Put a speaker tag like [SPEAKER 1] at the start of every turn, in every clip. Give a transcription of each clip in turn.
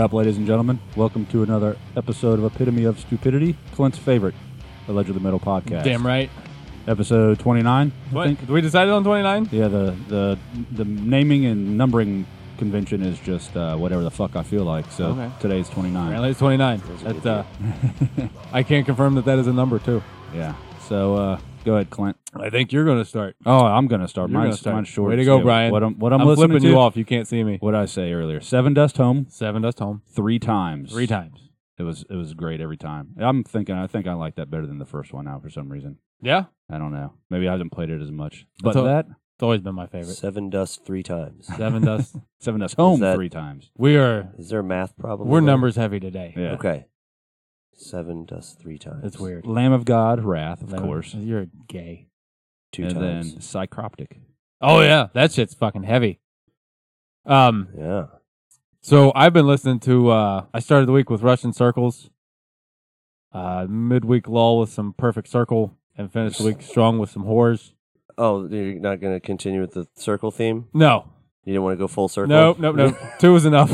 [SPEAKER 1] up, ladies and gentlemen? Welcome to another episode of Epitome of Stupidity, Clint's favorite Allegedly Metal podcast.
[SPEAKER 2] Damn right.
[SPEAKER 1] Episode 29, I
[SPEAKER 2] What?
[SPEAKER 1] think.
[SPEAKER 2] Did we decide on 29?
[SPEAKER 1] Yeah, the, the the naming and numbering convention is just uh, whatever the fuck I feel like. So
[SPEAKER 2] Okay.
[SPEAKER 1] today's 29.
[SPEAKER 2] Apparently it's 29. That's, uh, I can't confirm that that is a number, too.
[SPEAKER 1] Yeah. So uh, go ahead, Clint.
[SPEAKER 2] I think you're going to start.
[SPEAKER 1] Oh, I'm gonna start.
[SPEAKER 2] You're
[SPEAKER 1] mine's,
[SPEAKER 2] gonna start.
[SPEAKER 1] mine's short.
[SPEAKER 2] Way to
[SPEAKER 1] and
[SPEAKER 2] go,
[SPEAKER 1] sweet.
[SPEAKER 2] Brian.
[SPEAKER 1] What I'm, what I'm, listening
[SPEAKER 2] flipping
[SPEAKER 1] to,
[SPEAKER 2] you off. You can't see me.
[SPEAKER 1] What I say earlier, Seven Dust Home,
[SPEAKER 2] Seven Dust Home.
[SPEAKER 1] three times.
[SPEAKER 2] Three times.
[SPEAKER 1] It was it was great every time. I'm thinking I think I like that better than the first one now for some reason.
[SPEAKER 2] Yeah.
[SPEAKER 1] I don't know. Maybe I haven't played it as much. But
[SPEAKER 2] all-
[SPEAKER 1] that
[SPEAKER 2] It's always been my favorite.
[SPEAKER 3] Seven dust three times.
[SPEAKER 2] Seven Dust.
[SPEAKER 1] Seven Dust Home
[SPEAKER 3] that-
[SPEAKER 1] three times.
[SPEAKER 2] We are,
[SPEAKER 3] Is there a math problem?
[SPEAKER 2] we're
[SPEAKER 3] over there?
[SPEAKER 2] numbers heavy today.
[SPEAKER 1] Yeah.
[SPEAKER 3] Okay. Seven dust three times.
[SPEAKER 2] That's weird.
[SPEAKER 1] Lamb of God, Wrath, of
[SPEAKER 2] Seven-
[SPEAKER 1] course.
[SPEAKER 2] You're gay.
[SPEAKER 3] Two
[SPEAKER 1] and
[SPEAKER 3] times.
[SPEAKER 1] then Psychroptic.
[SPEAKER 2] Oh, yeah. That shit's fucking heavy. Um,
[SPEAKER 3] Yeah.
[SPEAKER 2] So I've been listening to. Uh, I started the week with Russian Circles. Uh, midweek lull with some Perfect Circle, and finished the week strong with some horrors.
[SPEAKER 3] Oh, you're not going to continue with the circle theme?
[SPEAKER 2] No,
[SPEAKER 3] You didn't want to go full circle?
[SPEAKER 2] no, no, no. Two is enough.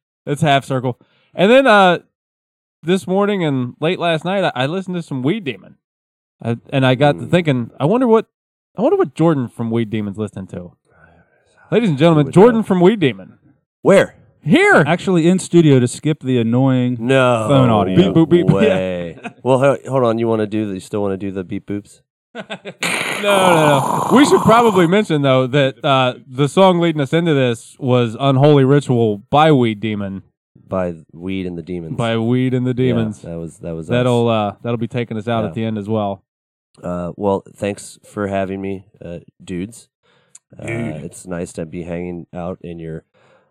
[SPEAKER 2] That's half circle. And then uh, this morning and late last night, I, I listened to some Weed Demon, I, and I got to
[SPEAKER 3] Mm.
[SPEAKER 2] thinking. I wonder what. I wonder what Jordan from Weed Demon's listening to. Ladies and
[SPEAKER 3] Who
[SPEAKER 2] gentlemen,
[SPEAKER 3] would
[SPEAKER 2] Jordan
[SPEAKER 3] know?
[SPEAKER 2] from Weed Demon
[SPEAKER 3] Where?
[SPEAKER 2] here.
[SPEAKER 1] Actually in studio to skip the annoying
[SPEAKER 3] No.
[SPEAKER 1] Phone audio.
[SPEAKER 2] Beep, boop, beep.
[SPEAKER 3] Way. well, ho- hold on. You want to do the, You still want to do the beep boops?
[SPEAKER 2] no, no, no. We should probably mention though that uh, the song leading us into this was "Unholy Ritual" by Weed Demon,
[SPEAKER 3] By Weed and the Demons.
[SPEAKER 2] by Weed and the
[SPEAKER 3] Yeah,
[SPEAKER 2] Demons.
[SPEAKER 3] that was that was us.
[SPEAKER 2] that'll uh, that'll be taking us out
[SPEAKER 3] Yeah.
[SPEAKER 2] at the end as well.
[SPEAKER 3] Uh, well, thanks for having me, uh, dudes. Uh, it's nice to be hanging out in your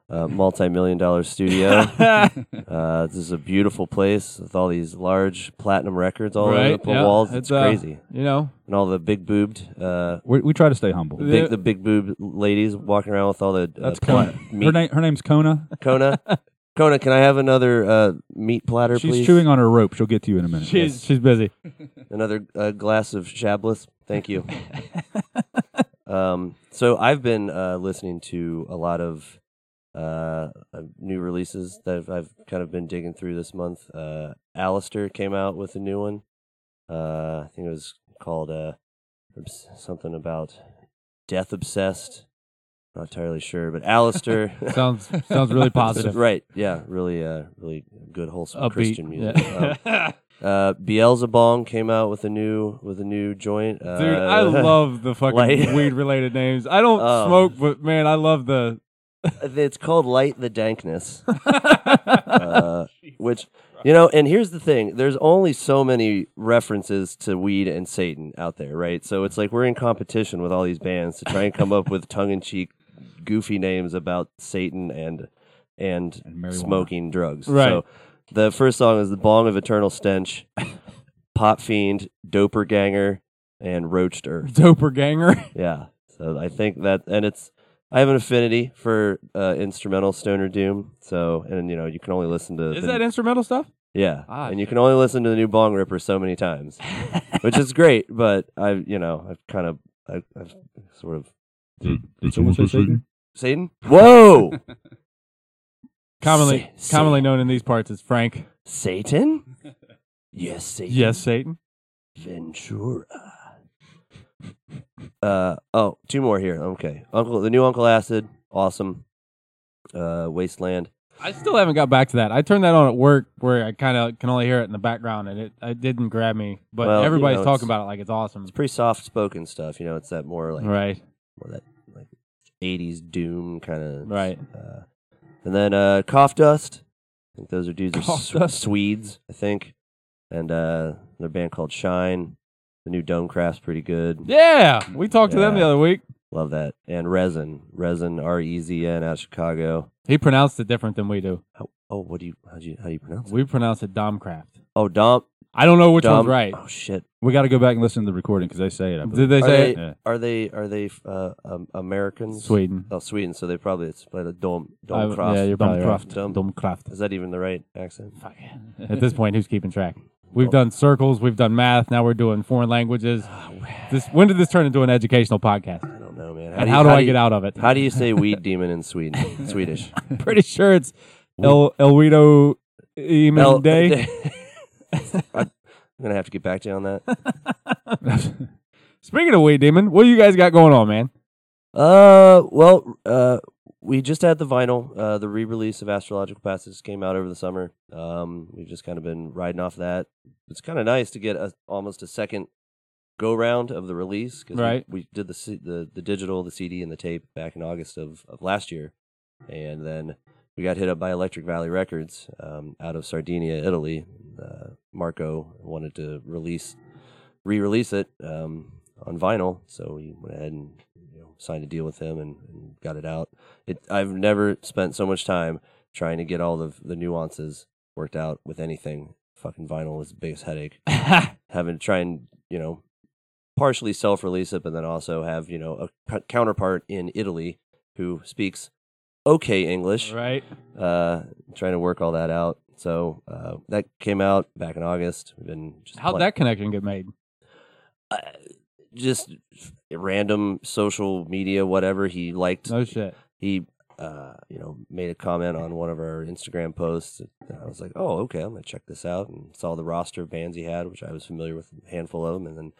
[SPEAKER 3] uh, multi-million dollar studio. Uh, this is a beautiful place with all these large platinum records all over
[SPEAKER 2] Right,
[SPEAKER 3] the pl-
[SPEAKER 2] yeah,
[SPEAKER 3] walls. It's,
[SPEAKER 2] it's, uh,
[SPEAKER 3] crazy,
[SPEAKER 2] you know,
[SPEAKER 3] and all the big boobed, uh,
[SPEAKER 1] we, we try to stay humble.
[SPEAKER 2] The-
[SPEAKER 3] big the big boob ladies walking around with all the uh,
[SPEAKER 1] That's
[SPEAKER 3] pla-
[SPEAKER 1] Kona. Her
[SPEAKER 3] meat.
[SPEAKER 1] name her name's Kona.
[SPEAKER 3] Kona, Kona, can I have another uh, meat platter,
[SPEAKER 1] She's
[SPEAKER 3] please?
[SPEAKER 1] chewing on her rope. She'll get to you in a minute.
[SPEAKER 2] she's she's busy.
[SPEAKER 3] another uh, glass of Chablis. Thank you. um, so I've been uh, listening to a lot of uh, uh, new releases that I've, I've kind of been digging through this month. Uh, Alistair came out with a new one. Uh, I think it was called uh, obs- something about death obsessed. Not entirely sure, but Alistair.
[SPEAKER 2] Sounds sounds really positive.
[SPEAKER 3] right? Yeah, really, uh, really good wholesome
[SPEAKER 2] Upbeat.
[SPEAKER 3] Christian music. Um,
[SPEAKER 2] Yeah.
[SPEAKER 3] uh, Beelzebong came out with a new with a new joint. Uh,
[SPEAKER 2] Dude, I love the fucking
[SPEAKER 3] Light.
[SPEAKER 2] weed related names. I don't
[SPEAKER 3] Oh.
[SPEAKER 2] smoke, but man, I love the.
[SPEAKER 3] It's called Light the Dankness, uh, which you know. And here's the thing: there's only so many references to weed and Satan out there, right? So it's like we're in competition with all these bands to try and come up with tongue-in-cheek, goofy names about Satan and and,
[SPEAKER 1] And marijuana.
[SPEAKER 3] smoking drugs.
[SPEAKER 2] Right.
[SPEAKER 3] So the first song is the Bong of Eternal Stench, Pot Fiend, Doper Ganger, and Roached Earth.
[SPEAKER 2] Doper Ganger.
[SPEAKER 3] Yeah. So I think that, and it's, I have an affinity for uh, instrumental stoner doom. So, and you know, you can only listen to,
[SPEAKER 2] Is
[SPEAKER 3] the-
[SPEAKER 2] that instrumental stuff?
[SPEAKER 3] yeah,
[SPEAKER 2] Ah,
[SPEAKER 3] and you can only listen to the new Bong Ripper so many times, which is great. But I, you know, I've kind of, I, I've sort of
[SPEAKER 1] Did someone say Satan?
[SPEAKER 3] Satan. Whoa,
[SPEAKER 2] Commonly,
[SPEAKER 3] Sa-
[SPEAKER 2] commonly
[SPEAKER 3] Sa-
[SPEAKER 2] known in these parts as Frank.
[SPEAKER 3] Satan. Yes, Satan.
[SPEAKER 2] Yes, Satan.
[SPEAKER 3] Ventura. Uh oh, two more here. Okay, Uncle, the new Uncle Acid, awesome. Uh, Wasteland.
[SPEAKER 2] I still haven't got back to that. I turned that on at work where I kind of can only hear it in the background, and it, it didn't grab me. But
[SPEAKER 3] Well, you
[SPEAKER 2] everybody's
[SPEAKER 3] know,
[SPEAKER 2] talking
[SPEAKER 3] it's-
[SPEAKER 2] about it like it's awesome,
[SPEAKER 3] it's pretty soft spoken stuff. You know, it's that more like
[SPEAKER 2] right?
[SPEAKER 3] more that like eighties doom kind of
[SPEAKER 2] Right.
[SPEAKER 3] Uh, and then uh, cough dust. I think those are dudes are
[SPEAKER 1] Cough
[SPEAKER 3] Sw-
[SPEAKER 1] Dust.
[SPEAKER 3] Swedes, I think, and uh, their band called Shine. The new Dome Craft's pretty good.
[SPEAKER 2] Yeah, we talked to them the
[SPEAKER 3] Yeah.
[SPEAKER 2] other week.
[SPEAKER 3] Love that. And Resin, Resin R E Z N out of Chicago.
[SPEAKER 2] He pronounced it different than we do.
[SPEAKER 3] How, oh, what do you how do you how do you pronounce it?
[SPEAKER 2] We pronounce it Domcraft.
[SPEAKER 3] Oh, Dom.
[SPEAKER 2] I don't know which
[SPEAKER 3] Dom,
[SPEAKER 2] one's right.
[SPEAKER 3] Oh shit.
[SPEAKER 1] We got to go back and listen to the recording because they say it. I
[SPEAKER 2] Did
[SPEAKER 1] believe.
[SPEAKER 2] they
[SPEAKER 3] Are
[SPEAKER 2] say
[SPEAKER 3] they,
[SPEAKER 2] it?
[SPEAKER 1] Yeah.
[SPEAKER 3] are they are they uh, um, Americans?
[SPEAKER 2] Sweden?
[SPEAKER 3] Oh, Sweden. So they probably it's but a Dom
[SPEAKER 2] I-
[SPEAKER 3] Dom
[SPEAKER 2] yeah, you're probably right.
[SPEAKER 3] Domcraft. Dom-
[SPEAKER 2] Domcraft.
[SPEAKER 3] Is that even the right accent?
[SPEAKER 2] Fuck. At this point, who's keeping track?
[SPEAKER 3] Oh.
[SPEAKER 2] We've done circles. We've done math. Now we're doing foreign languages.
[SPEAKER 3] Ah,
[SPEAKER 2] This when did this turn into an educational podcast?
[SPEAKER 3] I don't know, man.
[SPEAKER 2] and how do, I get out of it?
[SPEAKER 3] How do you say weed demon in Sweden? Swedish.
[SPEAKER 2] pretty sure it's El Elwito
[SPEAKER 3] El-
[SPEAKER 2] Eamon Day.
[SPEAKER 3] I'm gonna have to get back to you on that.
[SPEAKER 2] Speaking of Wade Demon, what do you guys got going on, man?
[SPEAKER 3] Uh, well, uh, we just had the vinyl. Uh, the re-release of Astrological Passages came out over the summer. Um, we've just kind of been riding off that. It's kind of nice to get a, almost a second go round of the release because
[SPEAKER 2] Right.
[SPEAKER 3] we, did the, C- the the digital, the CD, and the tape back in August of, of last year, and then we got hit up by Electric Valley Records um, out of Sardinia, Italy. Uh, Marco wanted to release re-release it um, on vinyl, so we went ahead and you know, signed a deal with him and, and got it out. It, I've never spent so much time trying to get all the the nuances worked out with anything. Fucking vinyl was the biggest headache. Having to try and you know partially self-release it, but then also have you know a c- counterpart in Italy who speaks okay English
[SPEAKER 2] right.
[SPEAKER 3] uh, trying to work all that out. So uh, that came out back in August. We've been just
[SPEAKER 2] How'd
[SPEAKER 3] playing-
[SPEAKER 2] that connection get made?
[SPEAKER 3] uh, just random social media, whatever he liked.
[SPEAKER 2] No shit.
[SPEAKER 3] He, uh, you know, made a comment on one of our Instagram posts. And I was like, oh, okay, I'm gonna check this out, and saw the roster of bands he had, which I was familiar with a handful of them, and then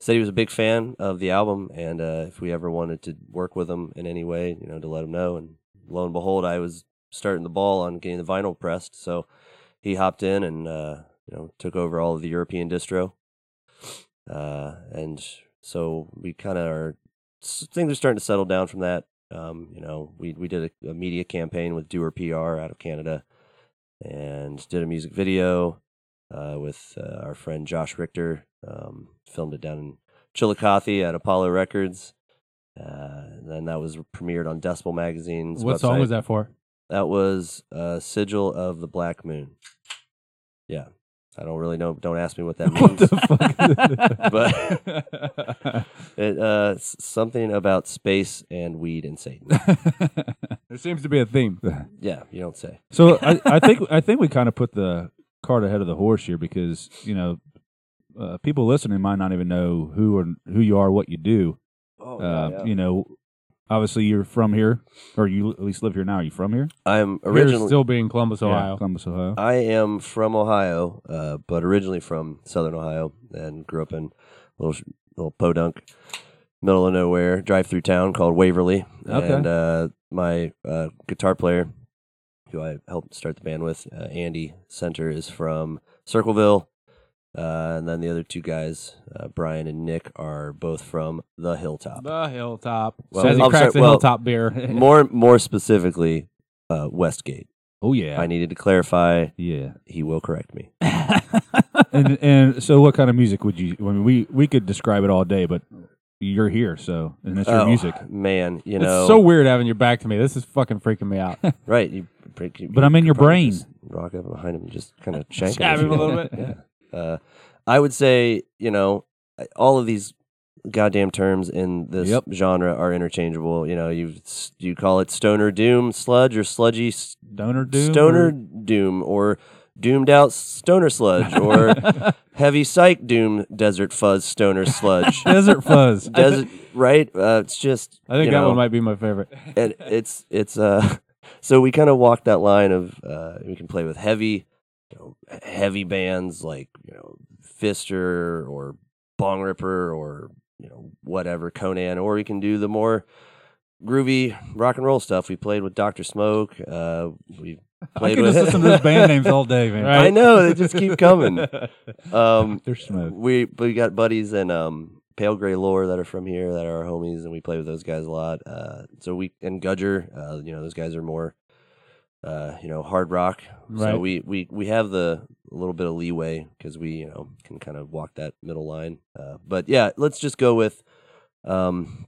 [SPEAKER 3] said he was a big fan of the album, and uh, if we ever wanted to work with him in any way, you know, to let him know. And lo and behold, I was starting the ball on getting the vinyl pressed, so he hopped in and uh, you know took over all of the European distro, uh, and so we kind of are s- things are starting to settle down from that. Um, you know, we we did a, a media campaign with Doer PR out of Canada, and did a music video uh, with uh, our friend Josh Richter. Um, filmed it down in Chillicothe at Apollo Records. Uh, and then that was premiered on Decibel Magazine's
[SPEAKER 2] What song
[SPEAKER 3] website.
[SPEAKER 2] was that for?
[SPEAKER 3] That was uh, Sigil of the Black Moon. Yeah. I don't really know. Don't ask me what that
[SPEAKER 2] What
[SPEAKER 3] means.
[SPEAKER 2] the fuck?
[SPEAKER 3] it, uh, s- something about space and weed and Satan.
[SPEAKER 2] there seems to be a theme.
[SPEAKER 3] yeah, you don't say.
[SPEAKER 1] So I, I think I think we kind of put the cart ahead of the horse here because you know uh, people listening might not even know who or who you are, what you do.
[SPEAKER 3] Oh,
[SPEAKER 1] uh, You know, obviously you're from here, or you at least live here now. Are you from here?
[SPEAKER 3] I'm
[SPEAKER 2] Originally,
[SPEAKER 3] originally.
[SPEAKER 2] still being Columbus,
[SPEAKER 1] Yeah,
[SPEAKER 2] Ohio.
[SPEAKER 1] Columbus, Ohio. Uh,
[SPEAKER 3] I am from Ohio, uh, but originally from Southern Ohio, and grew up in a little sh- little podunk, middle of nowhere, drive through town called Waverly.
[SPEAKER 1] Okay.
[SPEAKER 3] And uh, my uh, guitar player, who I helped start the band with, uh, Andy Center, is from Circleville, uh, and then the other two guys, uh, Brian and Nick, are both from the Hilltop.
[SPEAKER 2] The hilltop.
[SPEAKER 3] Well,
[SPEAKER 2] Says he
[SPEAKER 3] I'm
[SPEAKER 2] cracks
[SPEAKER 3] sorry,
[SPEAKER 2] the
[SPEAKER 3] well,
[SPEAKER 2] hilltop beer.
[SPEAKER 3] More more specifically, uh, Westgate.
[SPEAKER 1] Oh yeah,
[SPEAKER 3] I needed to clarify.
[SPEAKER 1] yeah.
[SPEAKER 3] He will correct me.
[SPEAKER 1] and and so, what kind of music would you? I mean, we we could describe it all day, but you're here, so and that's your
[SPEAKER 3] Oh,
[SPEAKER 1] music.
[SPEAKER 3] man. You
[SPEAKER 2] it's
[SPEAKER 3] know,
[SPEAKER 2] so weird having your back to me. This is fucking freaking me out.
[SPEAKER 3] Right. You break, you-
[SPEAKER 1] But
[SPEAKER 3] you
[SPEAKER 1] I'm in
[SPEAKER 3] could
[SPEAKER 1] your
[SPEAKER 3] probably
[SPEAKER 1] brain.
[SPEAKER 3] just Rock up behind him and just kind of shank
[SPEAKER 2] Stab
[SPEAKER 3] if
[SPEAKER 2] him a
[SPEAKER 3] you
[SPEAKER 2] little
[SPEAKER 3] want.
[SPEAKER 2] bit.
[SPEAKER 3] Yeah. Uh, I would say, you know, I- all of these goddamn terms in this
[SPEAKER 1] Yep.
[SPEAKER 3] genre are interchangeable. You know, you you call it stoner doom, sludge, or sludgy s-
[SPEAKER 1] Stoner doom,
[SPEAKER 3] stoner
[SPEAKER 1] or-
[SPEAKER 3] doom, or doomed out stoner sludge, or heavy psych doom, desert fuzz, stoner sludge.
[SPEAKER 1] desert fuzz.
[SPEAKER 3] Desert, right? Uh, it's just.
[SPEAKER 2] I think
[SPEAKER 3] you
[SPEAKER 2] that
[SPEAKER 3] know,
[SPEAKER 2] one might be my favorite.
[SPEAKER 3] and it's it's uh so we kind of walk that line of uh we can play with heavy you know heavy bands like you know fister or bong ripper or you know whatever conan or we can do the more groovy rock and roll stuff we played with dr smoke uh we
[SPEAKER 1] I
[SPEAKER 3] played
[SPEAKER 1] could
[SPEAKER 3] with
[SPEAKER 1] just listen to those band names all day, man.
[SPEAKER 2] Right.
[SPEAKER 3] i know they just keep coming um
[SPEAKER 1] Dr. Smoke.
[SPEAKER 3] we we got buddies in um Pale Gray Lore that are from here that are our homies, and we play with those guys a lot. Uh, so we and Gudger, uh, you know, those guys are more, uh, you know, hard rock.
[SPEAKER 2] Right.
[SPEAKER 3] So we we we have the a little bit of leeway because we you know can kind of walk that middle line. Uh, but yeah, let's just go with, um,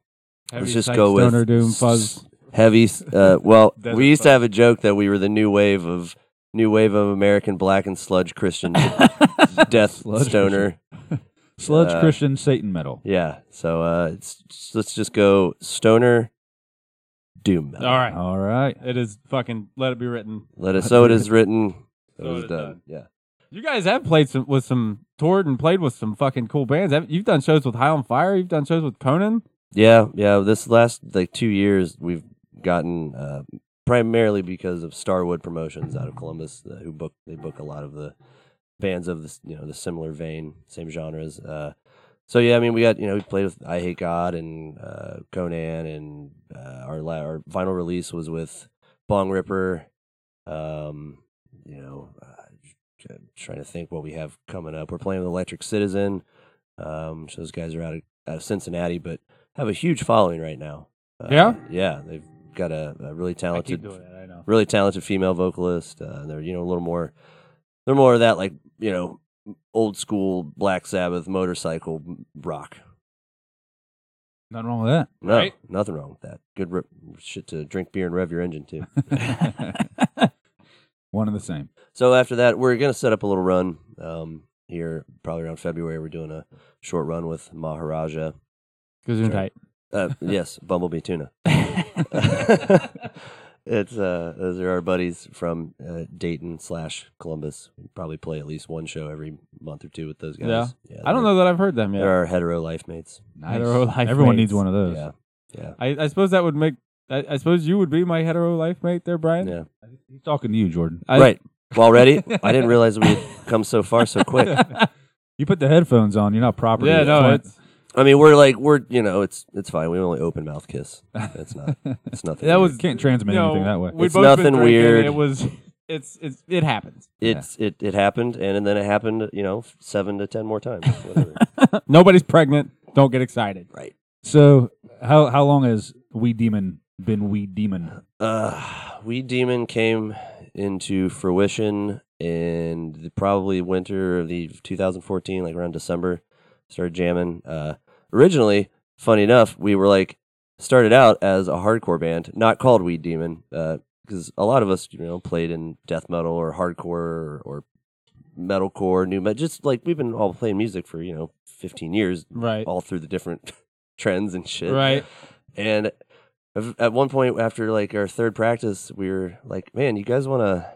[SPEAKER 2] Heavy
[SPEAKER 3] let's just
[SPEAKER 2] psych,
[SPEAKER 3] go with
[SPEAKER 2] stoner doom
[SPEAKER 3] s-
[SPEAKER 2] fuzz.
[SPEAKER 3] heavy. s- Uh, well,
[SPEAKER 2] Desert
[SPEAKER 3] we used to
[SPEAKER 2] fuzz.
[SPEAKER 3] have a joke that we were the new wave of new wave of American black and sludge Christian death
[SPEAKER 1] Sludge
[SPEAKER 3] stoner.
[SPEAKER 1] Sludge
[SPEAKER 3] Uh,
[SPEAKER 1] Christian Satan metal.
[SPEAKER 3] Yeah. So uh, it's, let's just go stoner doom metal.
[SPEAKER 2] All right.
[SPEAKER 1] All right.
[SPEAKER 2] It is fucking let it be written.
[SPEAKER 3] Let it so it is written.
[SPEAKER 2] So
[SPEAKER 3] So it
[SPEAKER 2] it
[SPEAKER 3] is
[SPEAKER 2] is
[SPEAKER 3] done.
[SPEAKER 2] done.
[SPEAKER 3] Yeah.
[SPEAKER 2] You guys have played some with some toured and played with some fucking cool bands. Haven't- You've done shows with High on Fire. You've done shows with Conan.
[SPEAKER 3] Yeah. Yeah. This last like two years, we've gotten uh, primarily because of Starwood Promotions out of Columbus, uh, who book they book a lot of the bands of this you know the similar vein, same genres. Uh, so yeah, I mean we got you know we played with I Hate God and uh, Conan, and uh, our la- our final release was with Bong Ripper. Um, you know, uh, I'm trying to think what we have coming up. We're playing with Electric Citizen. Um, so those guys are out of out of Cincinnati, but have a huge following right now. Uh,
[SPEAKER 2] Yeah?
[SPEAKER 3] yeah, they've got a, a really
[SPEAKER 2] I keep
[SPEAKER 3] talented
[SPEAKER 2] doing it. I know.
[SPEAKER 3] really talented female vocalist. Uh, and they're you know a little more, they're more of that like you know old school Black Sabbath motorcycle m- rock.
[SPEAKER 1] Nothing wrong with
[SPEAKER 3] No,
[SPEAKER 2] Right.
[SPEAKER 3] nothing wrong with that. Good rip, shit to drink beer and rev your engine to.
[SPEAKER 1] that. One and the same.
[SPEAKER 3] so after that, we're gonna set up a little run um, here, probably around February. We're doing a short run with Maharaja.
[SPEAKER 2] Gesundheit.
[SPEAKER 3] Uh, yes, Bumblebee Tuna. it's uh, those are our buddies from uh, Dayton slash Columbus. We probably play at least one show every month or two with those guys.
[SPEAKER 2] Yeah.
[SPEAKER 3] yeah
[SPEAKER 2] I don't know that I've heard them yet.
[SPEAKER 3] There are hetero life mates.
[SPEAKER 1] Nice.
[SPEAKER 2] Hetero life
[SPEAKER 1] Everyone
[SPEAKER 2] mates.
[SPEAKER 1] needs one of those.
[SPEAKER 3] Yeah, yeah,
[SPEAKER 2] I, I suppose that would make. I, I suppose you would be my hetero life mate there, Brian.
[SPEAKER 3] yeah.
[SPEAKER 1] He's talking to you, Jordan.
[SPEAKER 2] I-
[SPEAKER 3] right. Well, already, I didn't realize we'd come so far so quick.
[SPEAKER 1] You put the headphones on. You're not proper.
[SPEAKER 2] Yeah, no, it's,
[SPEAKER 3] I mean, we're like, we're you know, it's it's fine. We only open mouth kiss. It's not. It's nothing.
[SPEAKER 2] That
[SPEAKER 3] weird.
[SPEAKER 2] was-
[SPEAKER 1] can't transmit
[SPEAKER 2] you know,
[SPEAKER 1] anything that way.
[SPEAKER 2] we'd
[SPEAKER 3] It's
[SPEAKER 2] both been
[SPEAKER 3] nothing
[SPEAKER 2] drinking,
[SPEAKER 3] weird.
[SPEAKER 2] It was. It's it's it happens.
[SPEAKER 3] It's it it happened, and, then it happened. You know, seven to ten more times. whatever.
[SPEAKER 2] Nobody's pregnant. Don't get excited.
[SPEAKER 3] right.
[SPEAKER 1] So how how long has We Demon been We Demon?
[SPEAKER 3] Uh, Weed Demon came into fruition in the, probably winter of the 2014, like around December. Started jamming. Uh, originally, funny enough, we were like started out as a hardcore band, not called Weed Demon, because a lot of us, you know, played in death metal or hardcore or, or metalcore, new metal. Just like we've been all playing music for you know 15 years,
[SPEAKER 2] Right.
[SPEAKER 3] all through the different trends and shit.
[SPEAKER 2] Right.
[SPEAKER 3] And at- at one point, after like our third practice, we were like, "Man, you guys want to? I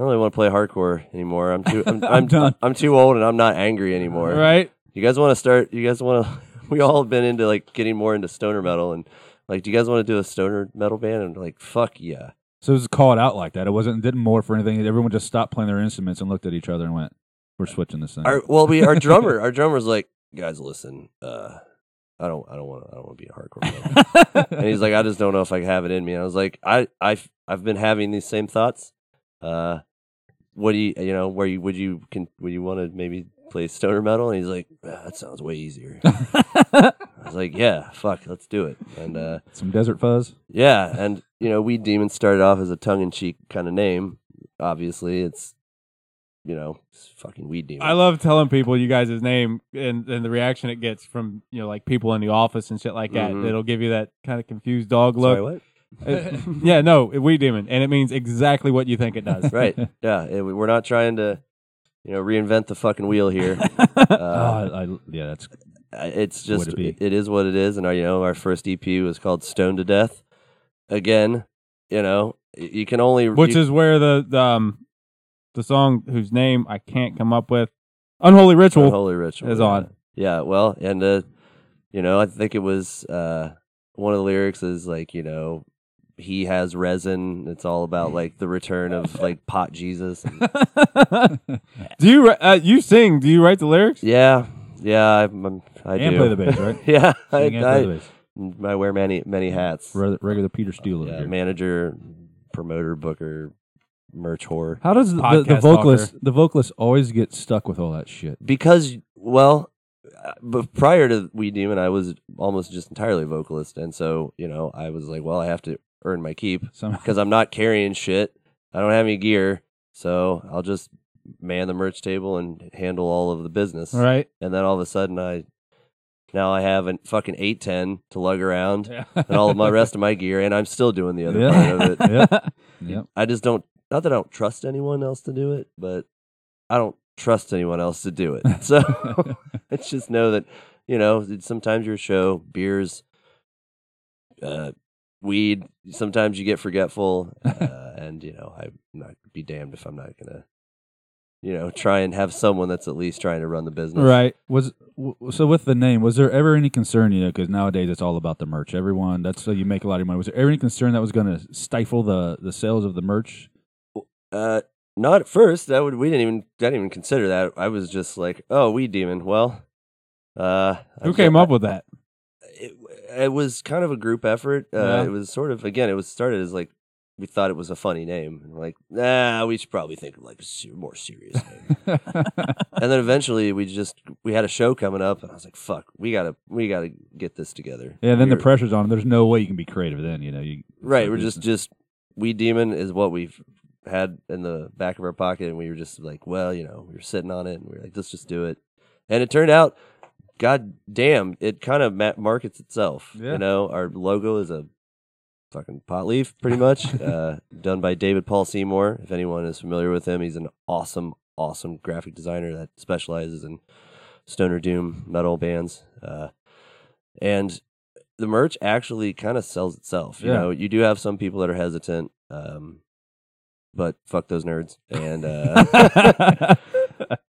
[SPEAKER 3] don't really want to play hardcore anymore. I'm too I'm I'm,
[SPEAKER 1] done.
[SPEAKER 3] I'm too old, and I'm not angry anymore.
[SPEAKER 2] Right.
[SPEAKER 3] You guys want to start? You guys want to? We all have been into like getting more into stoner metal, and like, do you guys want to do a stoner metal band? And like, fuck yeah,
[SPEAKER 1] So it was called out like that. It wasn't it didn't morph or anything. Everyone just stopped playing their instruments and looked at each other and went, "We're switching this thing."
[SPEAKER 3] Our well, we our drummer, our drummer's like, guys, listen, uh, I don't, I don't want, I don't want to be a hardcore. Metal. and he's like, I just don't know if I have it in me. And I was like, I, I've, I've been having these same thoughts. Uh, what do you, you know, where you would you can, would you want to maybe play stoner metal? And he's like, "Ah, that sounds way easier. I was like, yeah, fuck, let's do it. And uh,
[SPEAKER 1] Some Desert Fuzz.
[SPEAKER 3] yeah, and you know, Weed Demon started off as a tongue-in-cheek kind of name. Obviously, it's, you know, it's fucking Weed Demon.
[SPEAKER 2] I love telling people you guys' name and, and the reaction it gets from you know like people in the office and shit like that.
[SPEAKER 3] Mhm.
[SPEAKER 2] It'll give you that kind of confused dog
[SPEAKER 3] Sorry,
[SPEAKER 2] look.
[SPEAKER 3] what?
[SPEAKER 2] yeah, no, we demon, and it means exactly what you think it does.
[SPEAKER 3] right. Yeah. It, we're not trying to, you know, reinvent the fucking wheel here. Uh,
[SPEAKER 1] oh, I, I- yeah, that's
[SPEAKER 3] it's just,
[SPEAKER 1] would it be?
[SPEAKER 3] it is what it is. And our, you know, our first EP was called Stone to Death. Again, you know, y- you can only,
[SPEAKER 2] Which
[SPEAKER 3] you-
[SPEAKER 2] is where the, the um the song whose name I can't come up with, unholy ritual.
[SPEAKER 3] Unholy Ritual
[SPEAKER 2] is on.
[SPEAKER 3] Yeah. Well, and, uh, you know, I think it was, uh, one of the lyrics is like, you know, he has resin. It's all about like the return of like pot Jesus. And-
[SPEAKER 2] do you ri- uh, you sing? Do you write the lyrics?
[SPEAKER 3] yeah. Yeah. I, I'm, I
[SPEAKER 1] and
[SPEAKER 3] do.
[SPEAKER 1] play the bass, right?
[SPEAKER 3] Yeah, I,
[SPEAKER 1] Sing and play the
[SPEAKER 3] I,
[SPEAKER 1] bass.
[SPEAKER 3] I wear many many hats.
[SPEAKER 1] Regular, regular Peter Steele over
[SPEAKER 3] Yeah,
[SPEAKER 1] here.
[SPEAKER 3] manager, promoter, booker, merch whore.
[SPEAKER 1] How does the, the
[SPEAKER 2] Podcast
[SPEAKER 1] vocalist
[SPEAKER 2] talker.
[SPEAKER 1] the vocalist always get stuck with all that shit?
[SPEAKER 3] Because well, uh, but prior to We Demon, I was almost just entirely vocalist, and so you know I was like, well, I have to earn my keep
[SPEAKER 1] Some
[SPEAKER 3] because I'm not carrying shit. I don't have any gear, so I'll just man the merch table and handle all of the business.
[SPEAKER 2] Right.
[SPEAKER 3] And then all of a sudden, I now I have a fucking eight ten to lug around. and all of my rest of my gear, and I'm still doing the other
[SPEAKER 1] Yeah.
[SPEAKER 3] part of it.
[SPEAKER 1] Yep. Yep.
[SPEAKER 3] I just don't. Not that I don't trust anyone else to do it, but I don't trust anyone else to do it. So let's just know that you know sometimes your show beers, uh, weed. Sometimes you get forgetful, uh, and you know I'd not be damned if I'm not gonna you know, try and have someone that's at least trying to run the business.
[SPEAKER 2] Right.
[SPEAKER 1] Was w- so with the name. Was there ever any concern, you know, because nowadays it's all about the merch. Everyone that's so you make a lot of money. Was there ever any concern that was going to stifle the the sales of the merch?
[SPEAKER 3] Uh, not at first. That would we didn't even I didn't even consider that. I was just like, oh, we demon. Well, uh, I
[SPEAKER 2] Who
[SPEAKER 3] ju-
[SPEAKER 2] came up with that?
[SPEAKER 3] It, it was kind of a group effort. Uh,
[SPEAKER 2] Yeah.
[SPEAKER 3] It was sort of again, it was started as like we thought it was a funny name, and we're like, nah, we should probably think of like a ser- more serious name. and then eventually we just we had a show coming up, and I was like, fuck, we gotta we gotta get this together.
[SPEAKER 1] Yeah. Then
[SPEAKER 3] We
[SPEAKER 1] the
[SPEAKER 3] were-
[SPEAKER 1] pressure's on. There's no way you can be creative. Then you know you.
[SPEAKER 3] Right. We're just just we demon is what we've had in the back of our pocket, and we were just like, well, you know, we were sitting on it, and we were like, let's just do it. And it turned out, god damn, it kind of ma- markets itself.
[SPEAKER 1] Yeah.
[SPEAKER 3] You know, our logo is a fucking pot leaf, pretty much, uh, done by David Paul Seymour. If anyone is familiar with him, he's an awesome, awesome graphic designer that specializes in stoner doom metal bands. Uh, and the merch actually kind of sells itself. You
[SPEAKER 1] Yeah.
[SPEAKER 3] know, you do have some people that are hesitant, um, but fuck those nerds. And uh,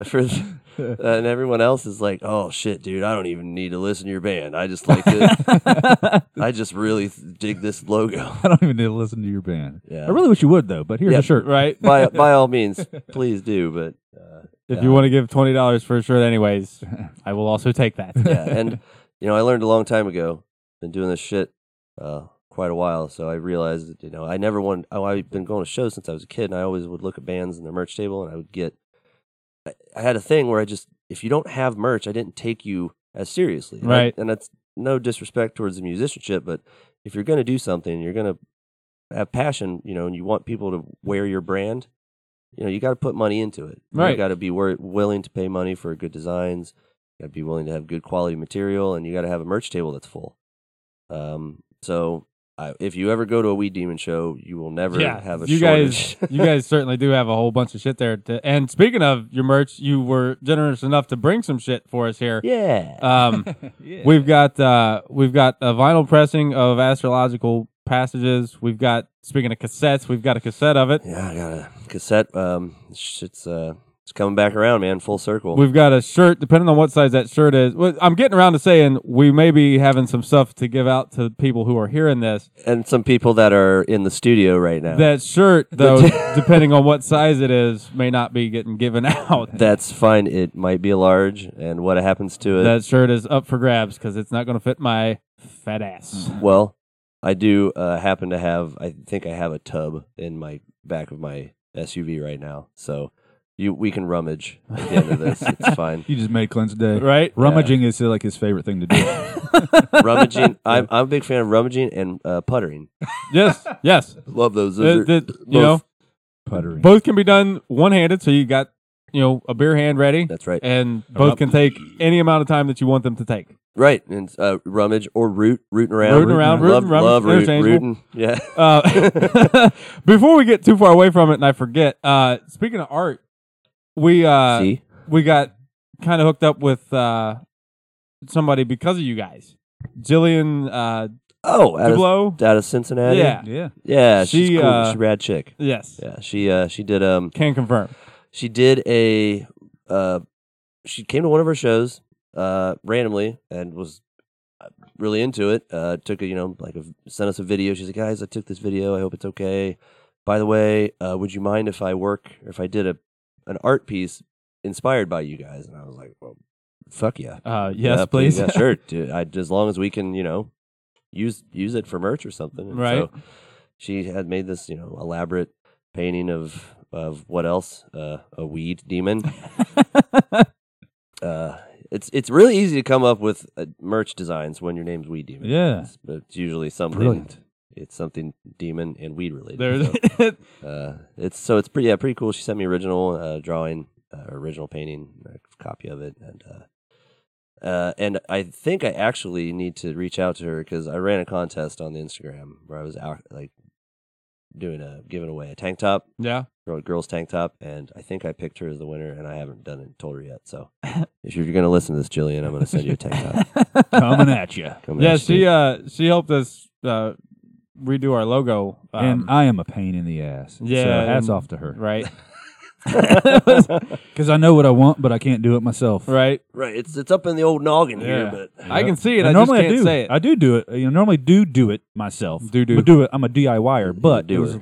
[SPEAKER 3] for th- and everyone else is like, oh shit, dude, I don't even need to listen to your band. I just like this.
[SPEAKER 1] I
[SPEAKER 3] I just really th- dig this logo.
[SPEAKER 1] don't even need to listen to your band.
[SPEAKER 3] Yeah.
[SPEAKER 1] I really wish you would though. But here's
[SPEAKER 3] Yeah.
[SPEAKER 1] a shirt.
[SPEAKER 2] Right.
[SPEAKER 3] by by all means, please do. But uh,
[SPEAKER 2] If
[SPEAKER 3] Yeah.
[SPEAKER 2] you want to give twenty dollars for a shirt, anyways, I will also take that.
[SPEAKER 3] yeah, and you know, I learned a long time ago. Been doing this shit uh, quite a while, so I realized that you know I never won. Oh, I've been going to shows since I was a kid, and I always would look at bands and their merch table, and I would get. I, I had a thing where I just if you don't have merch, I didn't take you as seriously, And I-
[SPEAKER 2] Right.
[SPEAKER 3] and that's no disrespect towards the musicianship, but if you're going to do something, you're going to have passion, you know, and you want people to wear your brand, you know, you got to put money into it. You
[SPEAKER 2] Right.
[SPEAKER 3] got to be wor- willing to pay money for good designs. You got to be willing to have good quality material, and you got to have a merch table that's full. Um, so I, if you ever go to a Weed Demon show, you will never
[SPEAKER 2] Yeah,
[SPEAKER 3] have a
[SPEAKER 2] you
[SPEAKER 3] shortage.
[SPEAKER 2] guys, you guys certainly do have a whole bunch of shit there. To, and speaking of your merch, you were generous enough to bring some shit for us here.
[SPEAKER 3] yeah.
[SPEAKER 2] Um,
[SPEAKER 1] yeah.
[SPEAKER 2] We've got uh, we've got a vinyl pressing of astrological passages. We've got speaking of cassettes, we've got a cassette of it.
[SPEAKER 3] yeah, I got a cassette. Um, shit's uh, it's coming back around, man, full circle.
[SPEAKER 2] We've got a shirt. Depending on what size that shirt is, Well, I'm getting around to saying we may be having some stuff to give out to people who are hearing this.
[SPEAKER 3] and some people that are in the studio right now.
[SPEAKER 2] That shirt, though, depending on what size it is, may not be getting given out.
[SPEAKER 3] That's fine. It might be a large, and what happens to it?
[SPEAKER 2] That shirt is up for grabs because it's not going to fit my fat ass.
[SPEAKER 3] well, I do uh, happen to have. I think I have a tub in my back of my SUV right now, so you we can rummage at the end of this. it's fine.
[SPEAKER 1] You just made Clint's day.
[SPEAKER 2] Right?
[SPEAKER 1] Rummaging is uh, like his favorite thing to do.
[SPEAKER 3] Rummaging. I'm I'm a big fan of rummaging and uh, puttering.
[SPEAKER 2] Yes. Yes.
[SPEAKER 3] Love those.
[SPEAKER 2] Uh,
[SPEAKER 3] Those are
[SPEAKER 2] th- you know,
[SPEAKER 3] both-
[SPEAKER 1] Puttering.
[SPEAKER 2] both can be done one handed. So you got, you know, a beer hand ready,
[SPEAKER 3] That's right.
[SPEAKER 2] and both can take any amount of time that you want them to take.
[SPEAKER 3] Right, and uh, rummage or root, rooting around,
[SPEAKER 2] Rooting around,
[SPEAKER 3] love,
[SPEAKER 2] rooting, rummage,
[SPEAKER 3] love root,
[SPEAKER 2] interchangeable.
[SPEAKER 3] rooting. Yeah,
[SPEAKER 2] Uh, before we get too far away from it and I forget, uh, speaking of art, we uh,
[SPEAKER 3] see,
[SPEAKER 2] we got kind of hooked up with uh, somebody because of you guys. Jillian uh,
[SPEAKER 3] oh, out of,
[SPEAKER 2] Dublo.
[SPEAKER 3] out of Cincinnati.
[SPEAKER 2] Yeah.
[SPEAKER 1] yeah.
[SPEAKER 3] yeah, she's
[SPEAKER 2] She,
[SPEAKER 3] cool.
[SPEAKER 2] uh,
[SPEAKER 3] she's a rad chick.
[SPEAKER 2] Yes.
[SPEAKER 3] Yeah, she uh, she did um
[SPEAKER 2] Can confirm.
[SPEAKER 3] she did a uh she came to one of her shows uh randomly and was uh, really into it uh took a you know like a, sent us a video she's like guys i took this video i hope it's okay by the way uh would you mind if i work or if i did a an art piece inspired by you guys and i was like well fuck yeah
[SPEAKER 2] Uh, yes,
[SPEAKER 3] Yeah,
[SPEAKER 2] please.
[SPEAKER 3] yeah, sure dude, I, as long as we can you know use use it for merch or something And
[SPEAKER 2] Right.
[SPEAKER 3] so she had made this you know elaborate painting of of what else? Uh, a weed demon. uh, it's it's really easy to come up with uh, merch designs when your name's Weed Demon.
[SPEAKER 1] Yeah.
[SPEAKER 3] It's, it's usually something.
[SPEAKER 1] Brilliant.
[SPEAKER 3] It's something demon and weed related.
[SPEAKER 2] There's
[SPEAKER 3] So, uh, it's so it's pretty yeah pretty cool. She sent me original uh, drawing, uh, original painting, a copy of it, and uh, uh, and I think I actually need to reach out to her because I ran a contest on the Instagram where I was out like doing a giving away a tank top
[SPEAKER 2] yeah.
[SPEAKER 3] girl, girls tank top, and I think I picked her as the winner, and I haven't done it told her yet. So if you're gonna listen to this, Jillian, I'm gonna send you a tank top.
[SPEAKER 1] Coming at you.
[SPEAKER 3] Come
[SPEAKER 2] Yeah,
[SPEAKER 3] at
[SPEAKER 2] she
[SPEAKER 3] you.
[SPEAKER 2] uh she helped us uh redo our logo. Um,
[SPEAKER 1] and I am a pain in the ass.
[SPEAKER 2] Yeah,
[SPEAKER 1] So hats
[SPEAKER 2] and-
[SPEAKER 1] off to her.
[SPEAKER 2] right.
[SPEAKER 1] Because I know what I want, but I can't do it myself.
[SPEAKER 2] right?
[SPEAKER 3] right. It's it's up in the old noggin
[SPEAKER 2] Yeah.
[SPEAKER 3] here, but
[SPEAKER 2] I can see it.
[SPEAKER 1] And
[SPEAKER 2] I just
[SPEAKER 1] normally
[SPEAKER 2] can't
[SPEAKER 1] I do.
[SPEAKER 2] say it.
[SPEAKER 1] I do do it. You know, normally do do it myself.
[SPEAKER 2] Do do.
[SPEAKER 1] But do it. I'm a DIYer,
[SPEAKER 3] a
[SPEAKER 1] but it
[SPEAKER 3] doer.
[SPEAKER 1] was-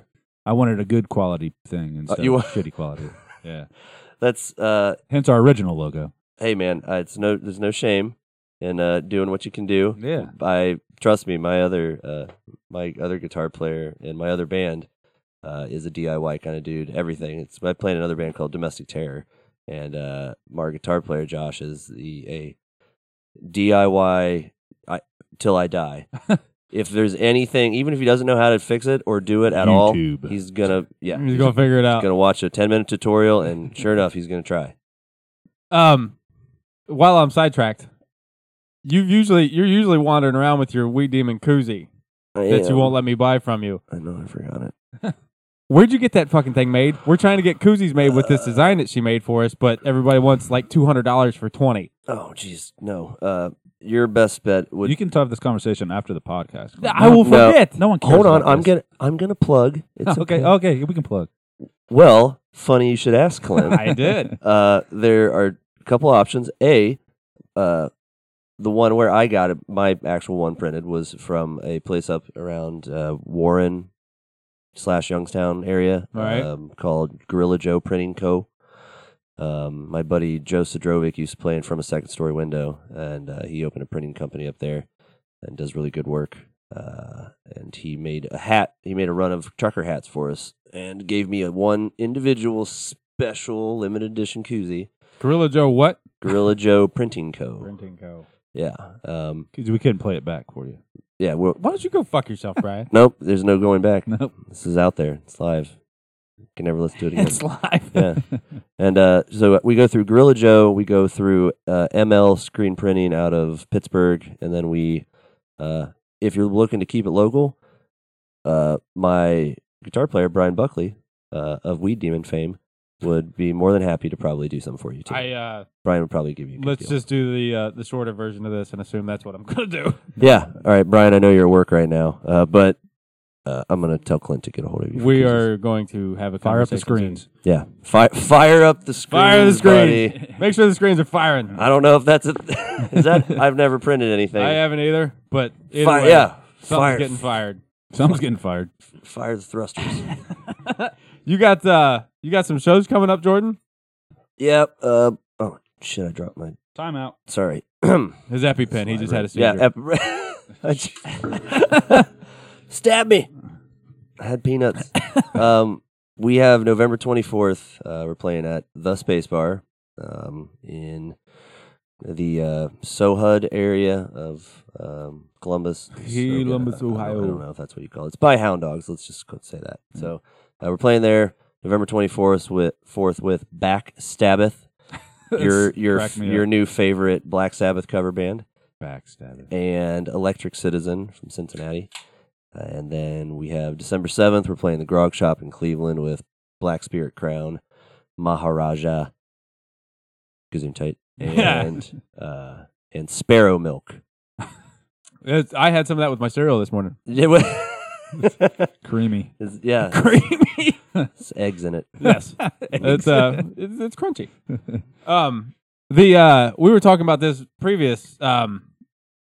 [SPEAKER 1] I wanted a good quality thing instead
[SPEAKER 3] Uh, you
[SPEAKER 1] of shitty quality. Yeah.
[SPEAKER 3] that's uh
[SPEAKER 1] Hence our original logo.
[SPEAKER 3] hey man, uh, it's no there's no shame in uh doing what you can do.
[SPEAKER 1] Yeah.
[SPEAKER 3] I trust me, my other uh, my other guitar player in my other band uh, is a DIY kind of dude. Everything. It's I play in another band called Domestic Terror, and uh, my guitar player Josh is the a DIY I, till I die. if there's anything, even if he doesn't know how to fix it or do it at
[SPEAKER 1] YouTube.
[SPEAKER 3] all, he's gonna yeah,
[SPEAKER 2] He's gonna figure it out.
[SPEAKER 3] gonna watch a ten minute tutorial, and sure enough, he's gonna try.
[SPEAKER 2] Um, while I'm sidetracked, you usually you're usually wandering around with your Wee Demon koozie
[SPEAKER 3] I
[SPEAKER 2] that you
[SPEAKER 3] am-
[SPEAKER 2] won't let me buy from you.
[SPEAKER 3] I know I forgot it.
[SPEAKER 2] Where'd you get that fucking thing made? We're trying to get koozies made with
[SPEAKER 1] Uh.
[SPEAKER 2] this design that she made for us, but everybody wants like two hundred dollars for twenty.
[SPEAKER 3] Oh jeez, no. Uh, your best bet would
[SPEAKER 1] you can have this conversation after the podcast.
[SPEAKER 2] I will
[SPEAKER 3] No.
[SPEAKER 2] forget.
[SPEAKER 1] No one cares.
[SPEAKER 3] Hold on,
[SPEAKER 1] about
[SPEAKER 3] I'm
[SPEAKER 1] this.
[SPEAKER 3] gonna I'm gonna plug. It's
[SPEAKER 1] okay, okay, we can plug.
[SPEAKER 3] Well, funny you should ask, Clint.
[SPEAKER 2] I did.
[SPEAKER 3] uh, there are a couple options. A, uh, the one where I got it, my actual one printed was from a place up around uh, Warren slash Youngstown area,
[SPEAKER 2] All right.
[SPEAKER 3] um, called Gorilla Joe Printing Co. Um, my buddy Joe Sidrovic used to play in from a second story window, and uh, he opened a printing company up there and does really good work. Uh, and he made a hat. He made a run of trucker hats for us, and gave me a one individual special limited edition koozie,
[SPEAKER 2] Gorilla Joe, what?
[SPEAKER 3] Gorilla Joe Printing Co.
[SPEAKER 2] Printing Co.
[SPEAKER 3] Yeah, um,
[SPEAKER 1] 'Cause we couldn't play it back for you.
[SPEAKER 3] yeah. Well,
[SPEAKER 2] Why don't you go fuck yourself, Brian?
[SPEAKER 3] nope. There's no going back.
[SPEAKER 1] Nope.
[SPEAKER 3] This is out there. It's live. You can never listen to it again.
[SPEAKER 2] it's live.
[SPEAKER 3] yeah. And uh, so we go through Gorilla Joe, we go through uh, ML Screen Printing out of Pittsburgh, and then we, uh, if you're looking to keep it local, uh, my guitar player Brian Buckley uh, of Weed Demon fame would be more than happy to probably do something for you too.
[SPEAKER 2] I uh,
[SPEAKER 3] Brian would probably give you. A good
[SPEAKER 2] let's
[SPEAKER 3] deal.
[SPEAKER 2] just do the uh, the shorter version of this and assume that's what I'm gonna do.
[SPEAKER 3] Yeah. All right, Brian. I know you're at work right now, uh, but uh, I'm gonna tell Clint to get a hold of you. for
[SPEAKER 2] We
[SPEAKER 3] pieces.
[SPEAKER 2] are going to have a
[SPEAKER 1] Fire up the
[SPEAKER 2] conversation
[SPEAKER 1] screens.
[SPEAKER 3] Yeah. Fire, fire up the screen.
[SPEAKER 2] Fire the screen. Make sure the screens are firing.
[SPEAKER 3] I don't know if that's a, is that. I've never printed anything.
[SPEAKER 2] I haven't either, but either
[SPEAKER 3] Fire,
[SPEAKER 2] way,
[SPEAKER 3] yeah.
[SPEAKER 2] something's
[SPEAKER 3] Fire,
[SPEAKER 2] getting fired.
[SPEAKER 1] Someone's getting fired.
[SPEAKER 3] fire the thrusters.
[SPEAKER 2] You got uh, you got some shows coming up, Jordan.
[SPEAKER 3] yep. Uh, oh, shit. I dropped my.
[SPEAKER 1] Timeout.
[SPEAKER 3] Sorry. yeah.
[SPEAKER 2] His EpiPen, he just had a seizure.
[SPEAKER 3] Ep- I j- Stab me. I had peanuts. um, we have November 24th. Uh, we're playing at The Space Bar um, in the uh, Sohud area of um, Columbus.
[SPEAKER 2] Columbus,
[SPEAKER 3] Sohud, I- I don't- I
[SPEAKER 2] Ohio. Hmm.
[SPEAKER 3] don't know if that's what you call it. It's by Hound Dogs. Let's just go- say that. So uh, we're playing there November 24th with, fourth with Back Sabbath. Your your
[SPEAKER 1] cracked me
[SPEAKER 3] your
[SPEAKER 1] up.
[SPEAKER 3] new favorite Black Sabbath cover band
[SPEAKER 1] Backstabbing.
[SPEAKER 3] and Electric Citizen from Cincinnati. Uh, and then we have December 7th, we're playing the Grog Shop in Cleveland with Black Spirit Crown, Maharaja, Gazoon Tight,
[SPEAKER 2] Yeah.
[SPEAKER 3] and, uh, and Sparrow Milk.
[SPEAKER 2] It's- I had some of that with my cereal this morning.
[SPEAKER 3] Yeah, well-
[SPEAKER 1] Creamy.
[SPEAKER 3] It's- yeah,
[SPEAKER 2] Creamy.
[SPEAKER 3] it's eggs in it.
[SPEAKER 2] yes, it's uh, it's, it's crunchy. Um, the uh, we were talking about this previous. Um,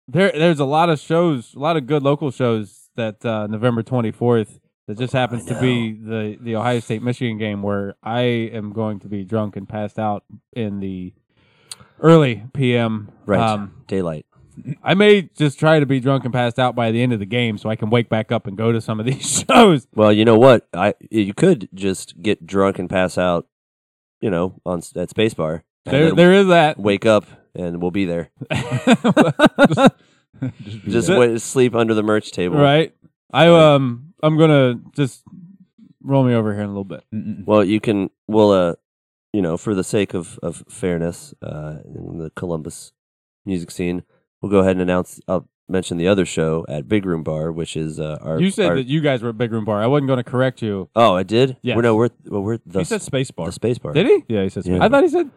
[SPEAKER 2] there there's a lot of shows, a lot of good local shows that uh, November 24th. That just happens to be the the Ohio State Michigan game where I am going to be drunk and passed out in the early PM.
[SPEAKER 3] Right.
[SPEAKER 2] Um,
[SPEAKER 3] Daylight.
[SPEAKER 2] I may just try to be drunk and passed out by the end of the game so I can wake back up and go to some of these shows.
[SPEAKER 3] Well, you know what? I You could just get drunk and pass out, you know, on s- at Space Bar. and
[SPEAKER 2] There,
[SPEAKER 3] then
[SPEAKER 2] there is that.
[SPEAKER 3] Wake up and we'll be there.
[SPEAKER 1] Just, be
[SPEAKER 3] Just
[SPEAKER 1] that.
[SPEAKER 3] wait, sleep under the merch table.
[SPEAKER 2] right? I um I'm gonna just roll me over here in a little bit.
[SPEAKER 1] Mm-mm.
[SPEAKER 3] Well, you can. Well, uh, you know, for the sake of of fairness, uh, in the Columbus music scene, we'll go ahead and announce. I'll mention the other show at Big Room Bar, which is uh, our.
[SPEAKER 2] You said
[SPEAKER 3] our-
[SPEAKER 2] that you guys were at Big Room Bar. I wasn't gonna correct you.
[SPEAKER 3] Oh, I did.
[SPEAKER 2] Yes.
[SPEAKER 3] Well, no, we're well, we're the,
[SPEAKER 1] he said space bar.
[SPEAKER 3] the space bar.
[SPEAKER 2] Did he?
[SPEAKER 1] yeah, he said space
[SPEAKER 3] Yeah.
[SPEAKER 2] I
[SPEAKER 1] bar.
[SPEAKER 2] thought he said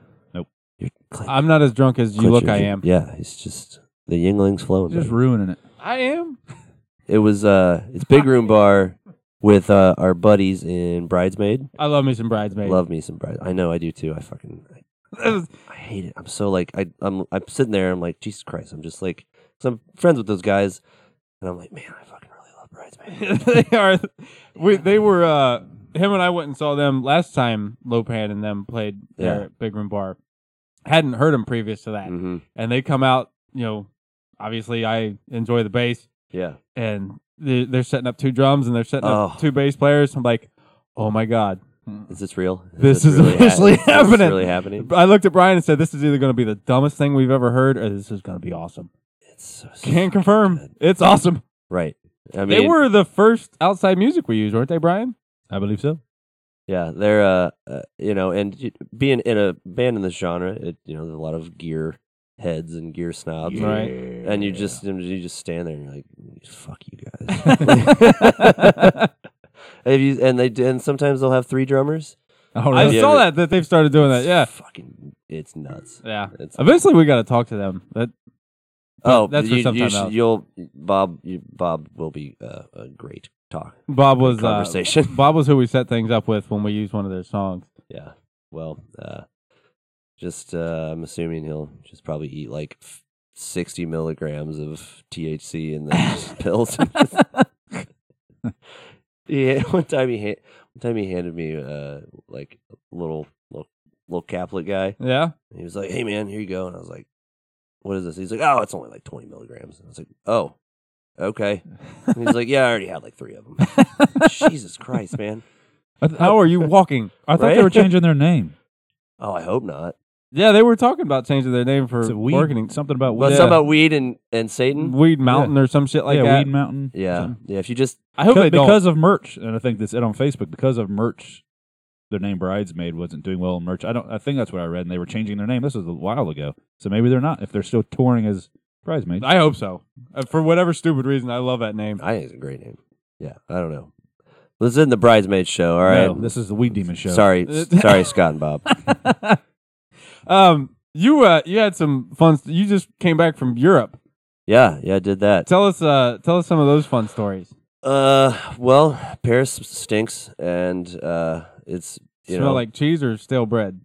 [SPEAKER 3] You're cl-
[SPEAKER 2] I'm not as drunk as you
[SPEAKER 3] clenching
[SPEAKER 2] look. I
[SPEAKER 3] your-
[SPEAKER 2] am.
[SPEAKER 3] Yeah, it's just the Yingling's flowing.
[SPEAKER 1] Just
[SPEAKER 3] buddy.
[SPEAKER 1] ruining it.
[SPEAKER 2] I am.
[SPEAKER 3] it was. uh It's Big Room Bar. with uh, our buddies in Bridesmaid.
[SPEAKER 2] I love me some bridesmaids.
[SPEAKER 3] Love me some Bride. I know I do too. I fucking
[SPEAKER 2] That was-
[SPEAKER 3] I hate it. I'm so like I I'm I'm sitting there. I'm like Jesus Christ. I'm just like because I'm friends with those guys, and I'm like man, I fucking really love Bridesmaid.
[SPEAKER 2] they are. We they were. uh Him and I went and saw them last time. Lopan and them played there
[SPEAKER 3] Yeah.
[SPEAKER 2] at Big Room Bar. Hadn't heard them previous to that,
[SPEAKER 3] mm-hmm.
[SPEAKER 2] and they come out. You know, obviously I enjoy the bass,
[SPEAKER 3] Yeah.
[SPEAKER 2] and they- they're setting up two drums and they're setting up
[SPEAKER 3] Oh.
[SPEAKER 2] two bass players. I'm like, oh my god.
[SPEAKER 3] Is this real?
[SPEAKER 2] This is officially
[SPEAKER 3] is this
[SPEAKER 2] happening.
[SPEAKER 3] really happening.
[SPEAKER 2] I looked at Brian and said, "This is either going to be the dumbest thing we've ever heard, or this is going to be awesome."
[SPEAKER 3] It's so
[SPEAKER 2] Can confirm, it's awesome.
[SPEAKER 3] Right. I mean,
[SPEAKER 2] they were the first outside music we used, weren't they, Brian?
[SPEAKER 1] I believe so.
[SPEAKER 3] Yeah, they're uh, uh you know, and y- being in a band in this genre, it you know, there's a lot of gear heads and gear snobs,
[SPEAKER 2] Yeah. Right.
[SPEAKER 3] And you just you just stand there and you're like, fuck you guys.
[SPEAKER 2] I
[SPEAKER 3] If you- and they d- and sometimes they'll have three drummers.
[SPEAKER 1] All
[SPEAKER 3] I
[SPEAKER 1] right.
[SPEAKER 3] Yeah.
[SPEAKER 2] saw that that they've started doing that.
[SPEAKER 3] It's
[SPEAKER 2] Yeah,
[SPEAKER 3] fucking, it's nuts.
[SPEAKER 2] yeah.
[SPEAKER 3] It's
[SPEAKER 2] Eventually, we got to talk to them. That
[SPEAKER 3] oh,
[SPEAKER 2] that's for
[SPEAKER 3] you,
[SPEAKER 2] sometime
[SPEAKER 3] you
[SPEAKER 2] else.
[SPEAKER 3] will Bob. You, Bob will be uh, a great talk
[SPEAKER 2] Bob was uh,
[SPEAKER 3] conversation.
[SPEAKER 2] Bob was who we set things up with when we used one of their songs.
[SPEAKER 3] Yeah. Well, uh, just uh, I'm assuming he'll just probably eat like f- 60 milligrams of THC and then just pills. yeah. One time he ha- one time he handed me uh like a little little little caplet guy.
[SPEAKER 2] Yeah,
[SPEAKER 3] And he was like, "Hey man, here you go." And I was like, "What is this?" He's like, "Oh, it's only like 20 milligrams." And I was like, "Oh." Okay. And he's like, "Yeah, I already had like 3 of them." Jesus Christ, man.
[SPEAKER 1] I, th-
[SPEAKER 2] how are you walking?
[SPEAKER 1] I thought they
[SPEAKER 3] Right?
[SPEAKER 1] were changing their name.
[SPEAKER 3] Oh, I hope not.
[SPEAKER 2] Yeah, they were talking about changing their name for
[SPEAKER 1] It's a weed,
[SPEAKER 2] marketing
[SPEAKER 1] something about
[SPEAKER 3] Well,
[SPEAKER 1] weed.
[SPEAKER 2] Yeah.
[SPEAKER 3] something about weed and and Satan.
[SPEAKER 2] Weed Mountain or some shit like
[SPEAKER 1] yeah,
[SPEAKER 2] that.
[SPEAKER 1] Weed Mountain.
[SPEAKER 3] Yeah,
[SPEAKER 1] something.
[SPEAKER 3] yeah. If you just
[SPEAKER 2] I hope
[SPEAKER 1] Co-
[SPEAKER 2] they don't.
[SPEAKER 1] because of merch, and I think that's it on Facebook. Because of merch, their name Bridesmaid wasn't doing well in merch. I don't. I think that's what I read, and they were changing their name. This was a while ago, so maybe they're not. If they're still touring as Bridesmaid,
[SPEAKER 2] I hope so. Uh, For whatever stupid reason, I love that name.
[SPEAKER 3] I think it's a great name. Yeah, I don't know. This isn't the bridesmaid show. All right,
[SPEAKER 1] No, this is the Weed Demon show.
[SPEAKER 3] sorry,
[SPEAKER 2] Uh,
[SPEAKER 3] sorry, Scott and Bob.
[SPEAKER 2] um, you uh, you had some fun. St- you just came back from Europe.
[SPEAKER 3] Yeah, yeah, I did that.
[SPEAKER 2] Tell us, uh, tell us some of those fun stories.
[SPEAKER 3] Uh, well, Paris stinks, and uh, it's you
[SPEAKER 2] Smell
[SPEAKER 3] know
[SPEAKER 2] like cheese or stale bread.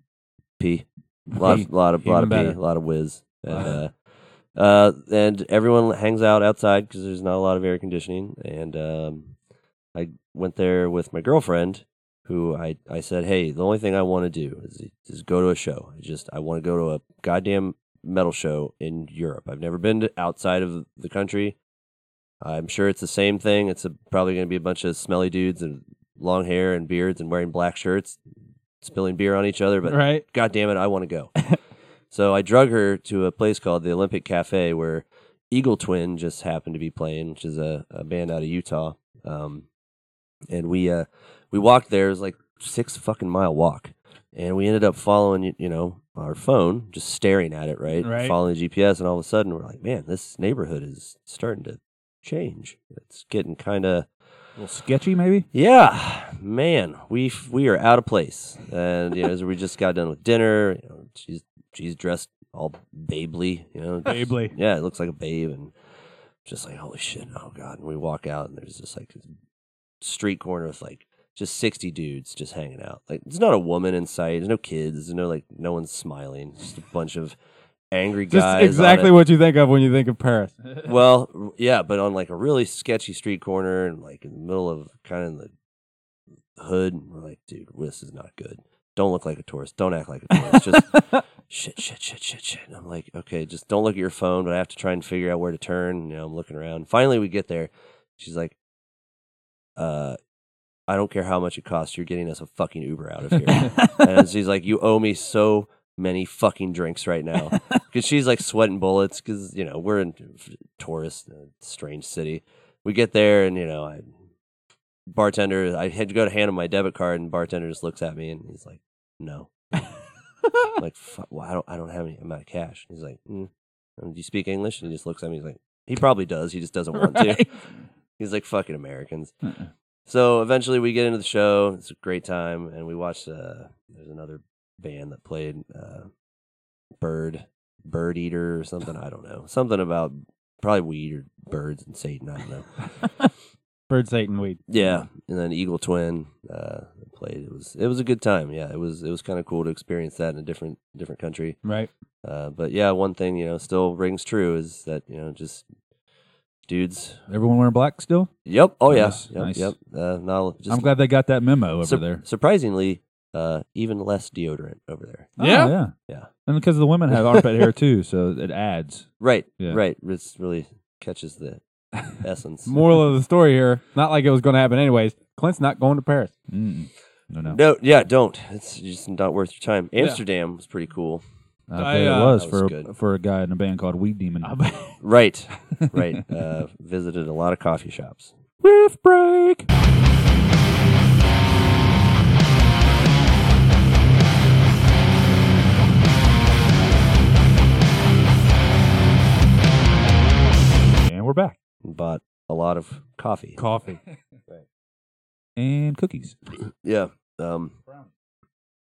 [SPEAKER 3] pee, lot, of, lot of, lot of
[SPEAKER 2] Even
[SPEAKER 3] pee,
[SPEAKER 2] better.
[SPEAKER 3] lot of whiz, and uh,
[SPEAKER 2] Wow.
[SPEAKER 3] uh, and everyone hangs out outside because there's not a lot of air conditioning. And um, I went there with my girlfriend, who I, I said, hey, the only thing I want to do is, is go to a show. I just I want to go to a goddamn metal show in Europe. I've never been to outside of the country. I'm sure it's the same thing. It's a, probably going to be a bunch of smelly dudes and long hair and beards and wearing black shirts, spilling beer on each other. But
[SPEAKER 2] right?
[SPEAKER 3] God damn it, I want to go. so I drug her to a place called the Olympic Cafe where Eagle Twin just happened to be playing, which is a, a band out of Utah. Um, and we uh, we walked there. It was like six fucking mile walk, and we ended up following you, you know our phone, just staring at it, right?
[SPEAKER 2] Right.
[SPEAKER 3] Following the GPS, and all of a sudden we're like, man, this neighborhood is starting to change. It's getting kind of
[SPEAKER 1] a little sketchy, maybe.
[SPEAKER 3] yeah, man, we f- we are out of place, and you know, as we just got done with dinner, you know, she's she's dressed all babely, you know, just-
[SPEAKER 2] Babely.
[SPEAKER 3] Yeah, it looks like a babe, and just like holy shit, oh god. And we walk out, and there's just like this street corner with like just sixty dudes just hanging out. Like there's not a woman in sight. There's no kids. There's no like no one's smiling. It's Just a bunch of angry
[SPEAKER 2] Just
[SPEAKER 3] guys. on
[SPEAKER 2] exactly
[SPEAKER 3] it
[SPEAKER 2] what you think of when you think of Paris.
[SPEAKER 3] well, r- yeah, but on like a really sketchy street corner and like in the middle of kind of in the hood, and we're like, dude, this is not good. Don't look like a tourist. Don't act like a tourist. Just shit, shit, shit, shit, shit. And I'm like, okay, just don't look at your phone. But I have to try and figure out where to turn. You know, I'm looking around. Finally, we get there. She's like, uh, I don't care how much it costs. You're getting us a fucking Uber out of here. and she's like, you owe me so many fucking drinks right now because she's like sweating bullets because you know we're in f- tourist uh, strange city we get there and you know i bartender i had to go to hand him my debit card and bartender just looks at me and he's like no I'm like fuck, well, i don't i don't have any i'm out of cash he's like mm. And do you speak english and he just looks at me he's like he probably does he just doesn't want to
[SPEAKER 2] Right.
[SPEAKER 3] he's like fucking americans
[SPEAKER 1] Uh-uh.
[SPEAKER 3] so eventually we get into the show it's a great time and we watched uh there's another band that played uh bird bird eater or something i don't know something about probably weed or birds and satan i don't know
[SPEAKER 2] Bird Satan weed.
[SPEAKER 3] yeah
[SPEAKER 1] Hmm.
[SPEAKER 3] and then Eagle Twin uh, played. It was it was a good time. Yeah, it was it was kind of cool to experience that in a different different country.
[SPEAKER 2] Right.
[SPEAKER 3] Uh, but yeah, one thing you know still rings true is that you know just dudes.
[SPEAKER 1] Everyone wearing black still?
[SPEAKER 3] Yep. Oh yeah.
[SPEAKER 1] Nice,
[SPEAKER 3] Yep.
[SPEAKER 1] nice.
[SPEAKER 3] Yep. Uh, not just
[SPEAKER 1] I'm glad they got that memo over
[SPEAKER 3] sur-
[SPEAKER 1] there.
[SPEAKER 3] Surprisingly, uh, even less deodorant over there.
[SPEAKER 2] Yeah?
[SPEAKER 1] Oh, yeah.
[SPEAKER 3] Yeah.
[SPEAKER 1] And because the women have armpit hair too, so it adds.
[SPEAKER 3] Right.
[SPEAKER 1] Yeah.
[SPEAKER 3] Right. This really catches the essence.
[SPEAKER 2] Moral of the story here: not like it was going to happen anyways. Clint's not going to Paris.
[SPEAKER 1] Mm. No, no.
[SPEAKER 3] No, yeah, don't. It's just not worth your time. Amsterdam was pretty cool.
[SPEAKER 1] I
[SPEAKER 2] I,
[SPEAKER 1] bet
[SPEAKER 2] uh,
[SPEAKER 1] it was
[SPEAKER 3] that was
[SPEAKER 1] for
[SPEAKER 3] good.
[SPEAKER 1] for a guy in a band called Weed Demon.
[SPEAKER 3] Right, right. uh, visited a lot of coffee shops.
[SPEAKER 1] Riff break. And we're back.
[SPEAKER 3] Bought a lot of coffee.
[SPEAKER 2] Coffee.
[SPEAKER 1] And cookies.
[SPEAKER 3] Yeah. Um,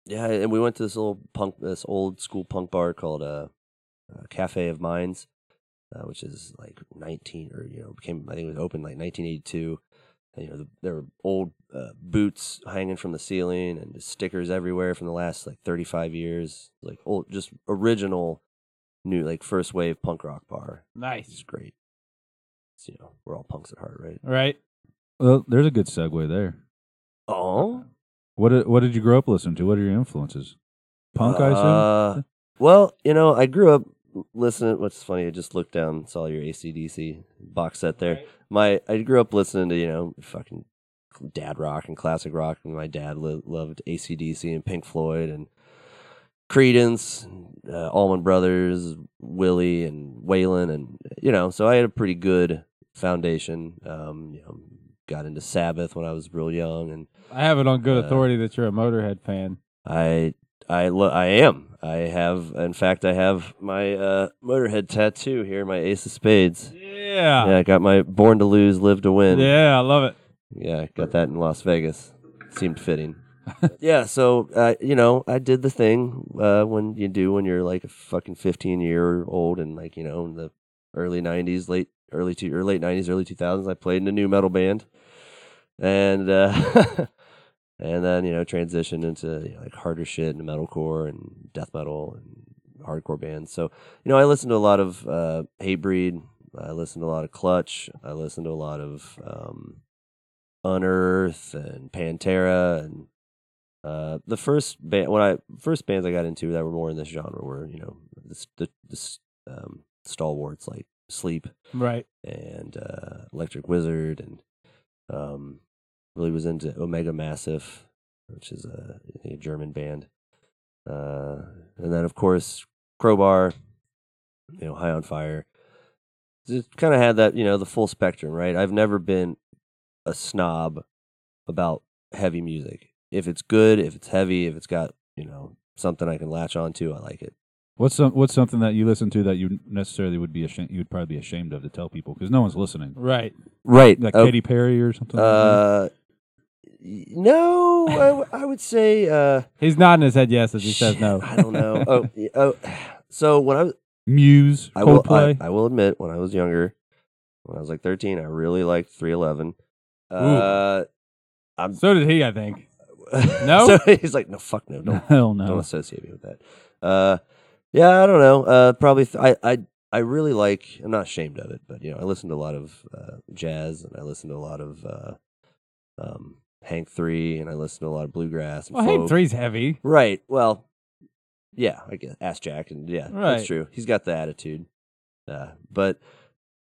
[SPEAKER 3] yeah, and we went to this little punk, this old school punk bar called uh, uh, Cafe of Minds, uh, which is like 19 or you know became I think it was opened like 1982. And, you know the, there were old uh, boots hanging from the ceiling and just stickers everywhere from the last like 35 years, like old just original, new like first wave punk rock bar. It's
[SPEAKER 2] Nice.
[SPEAKER 3] just great. It's, you know we're all punks at heart, right?
[SPEAKER 2] Right.
[SPEAKER 1] Well, there's a good segue there.
[SPEAKER 3] Oh,
[SPEAKER 1] What did, what did you grow up listening to? What are your influences? Punk, I assume.
[SPEAKER 3] Uh, well, you know, I grew up listening. What's funny? I just looked down, and saw your ACDC box set there. My, I grew up listening to you know fucking dad rock and classic rock, and my dad lo- loved ACDC and Pink Floyd and Credence, uh, Allman Brothers, Willie and Waylon, and you know, so I had a pretty good foundation. Um, you know, got into Sabbath when I was real young, and
[SPEAKER 2] I have it on good
[SPEAKER 3] Uh,
[SPEAKER 2] authority that you're a Motorhead fan.
[SPEAKER 3] I I lo- I am. I have in fact I have my uh Motorhead tattoo here, my Ace of Spades.
[SPEAKER 2] Yeah.
[SPEAKER 3] Yeah, I got my Born to Lose, Live to Win.
[SPEAKER 2] Yeah, I love it.
[SPEAKER 3] Yeah, got that in Las Vegas. Seemed fitting. yeah, so uh, you know, I did the thing uh, when you do when you're like a fucking 15 year old and like you know in the early 90s, late early two or late 90s, early 2000s. I played in a new metal band, and uh, and then you know transitioned into you know, like harder shit and metalcore and death metal and hardcore bands. So you know, I listened to a lot of uh, Hatebreed. I listened to a lot of Clutch. I listened to a lot of um, Unearth and Pantera and uh, the first band when I first bands I got into that were more in this genre were you know this the this um, stalwarts like Sleep
[SPEAKER 2] Right.
[SPEAKER 3] and uh, Electric Wizard and um, really was into Omega Massive, which is a, a German band, uh, and then of course Crowbar, you know High on Fire. Just kind of had that you know the full spectrum, right? I've never been a snob about heavy music. If it's good, if it's heavy, if it's got you know something I can latch onto, I like it.
[SPEAKER 1] What's some, what's something that you listen to that you necessarily would be ashamed, you would probably be ashamed of to tell people because no one's listening.
[SPEAKER 2] Right.
[SPEAKER 3] Right,
[SPEAKER 1] Like Katy Perry or something. like
[SPEAKER 3] Oh,
[SPEAKER 2] Mm-hmm.
[SPEAKER 3] Uh, y- no, I, w- I would say uh,
[SPEAKER 2] He's nodding his head yes as he says
[SPEAKER 3] shit,
[SPEAKER 2] no.
[SPEAKER 3] I don't know. Oh, y- oh. So when I was,
[SPEAKER 1] that? Muse,
[SPEAKER 3] I will,
[SPEAKER 1] Coldplay.
[SPEAKER 3] I, I will admit, when I was younger, when I was like thirteen, I really liked Three Eleven. Uh,
[SPEAKER 2] So did he, I think.
[SPEAKER 3] so he's like, no, fuck no, don't
[SPEAKER 1] Hell
[SPEAKER 3] don't
[SPEAKER 2] Oh.
[SPEAKER 1] no.
[SPEAKER 3] associate me with that. Uh, yeah, I don't know. Uh, probably th- I, I I really like. I'm not ashamed of it, but you know, I listen to a lot of uh, jazz, and I listen to a lot of uh, um, Hank Three, and I listen to a lot of bluegrass. And
[SPEAKER 2] Well, Hank
[SPEAKER 3] folk.
[SPEAKER 2] three's heavy.
[SPEAKER 3] Right. Well, yeah, I guess ask Jack, and yeah,
[SPEAKER 2] Right.
[SPEAKER 3] that's true. He's got the attitude. Uh, but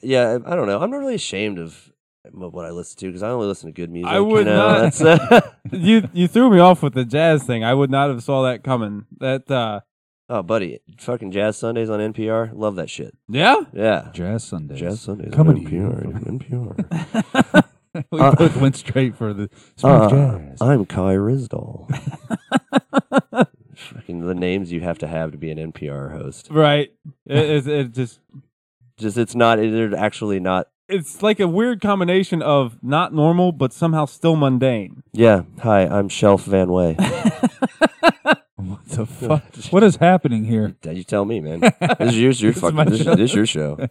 [SPEAKER 3] yeah, I, I don't know. I'm not really ashamed of what I listen to because I only listen to good music.
[SPEAKER 2] I would
[SPEAKER 3] you know?
[SPEAKER 2] not-
[SPEAKER 3] That's, uh,
[SPEAKER 2] You you threw me off with the jazz thing. I would not have saw that coming. That uh
[SPEAKER 3] oh, buddy, fucking Jazz Sundays on NPR. Love that shit.
[SPEAKER 2] yeah.
[SPEAKER 3] Yeah.
[SPEAKER 1] Jazz Sundays.
[SPEAKER 3] Jazz Sundays
[SPEAKER 1] Coming
[SPEAKER 3] on
[SPEAKER 1] to you
[SPEAKER 3] NPR.
[SPEAKER 1] from-
[SPEAKER 3] NPR.
[SPEAKER 1] we
[SPEAKER 3] Uh,
[SPEAKER 1] both went straight for the smooth
[SPEAKER 3] Uh,
[SPEAKER 1] jazz.
[SPEAKER 3] I'm Kai Rizdal. Fucking the names you have to have to be an NPR host.
[SPEAKER 2] Right. It, it's it just
[SPEAKER 3] Just it's not. They're actually not.
[SPEAKER 2] it's like a weird combination of not normal but somehow still mundane.
[SPEAKER 3] Yeah. Hi, I'm Shelf Van Way.
[SPEAKER 1] what the fuck? what is happening here?
[SPEAKER 3] Yeah, You tell me, man. This is your, your
[SPEAKER 1] It's
[SPEAKER 3] fucking.
[SPEAKER 1] my
[SPEAKER 3] This, is-
[SPEAKER 1] show.
[SPEAKER 3] this is your show.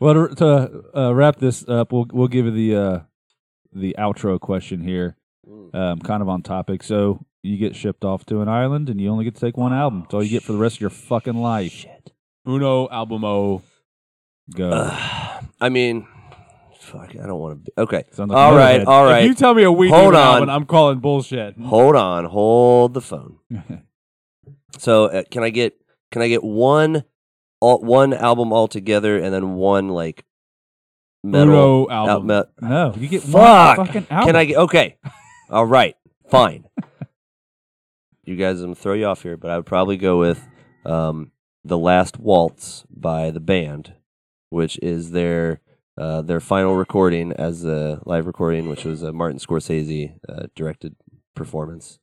[SPEAKER 1] Well, to, to uh, wrap this up, we'll we'll give you the uh, the outro question here,
[SPEAKER 3] Mm.
[SPEAKER 1] um, kind of on topic. So you get shipped off to an island, and you only get to take one album. It's all you get for the rest of your fucking life.
[SPEAKER 3] Shit.
[SPEAKER 2] Uno albumo.
[SPEAKER 1] Go.
[SPEAKER 3] Uh, Ugh. I mean, fuck. I don't want to. Be, okay.
[SPEAKER 1] Sounds like
[SPEAKER 3] All right.
[SPEAKER 1] Motorhead.
[SPEAKER 3] All right.
[SPEAKER 2] If you tell me a weed
[SPEAKER 3] Hold
[SPEAKER 2] Hold
[SPEAKER 3] on.
[SPEAKER 2] album, I'm calling bullshit.
[SPEAKER 3] hold on. Hold the phone. So uh, can I get can I get one all, one album altogether and then one like metal
[SPEAKER 2] Uno
[SPEAKER 3] al-
[SPEAKER 2] album.
[SPEAKER 3] me-
[SPEAKER 1] no, you get
[SPEAKER 3] Fuck.
[SPEAKER 1] one fucking album.
[SPEAKER 3] Can I get okay? All right, fine. you guys, I'm gonna throw you off here, but I would probably go with um, "The Last Waltz" by the band, which is their uh, their final recording as a live recording, which was a Martin Scorsese uh, directed performance.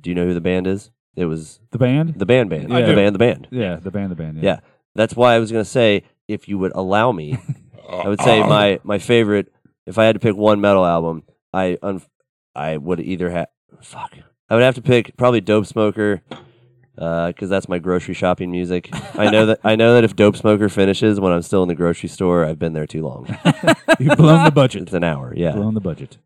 [SPEAKER 3] Do you know who the band is? It was
[SPEAKER 1] the band?
[SPEAKER 3] the band, band,
[SPEAKER 1] I
[SPEAKER 3] the
[SPEAKER 1] do.
[SPEAKER 3] band, the band.
[SPEAKER 1] yeah, the band. The band. Yeah.
[SPEAKER 3] Yeah. That's why I was gonna say if you would allow me, I would say my my favorite. If I had to pick one metal album, I un- I would either have fuck. I would have to pick probably Dope Smoker, because that's my grocery shopping music. I know that I know that if Dope Smoker finishes when I'm still in the grocery store, I've been there too long.
[SPEAKER 1] You've blown the budget.
[SPEAKER 3] it's an hour, yeah,
[SPEAKER 1] blown the budget.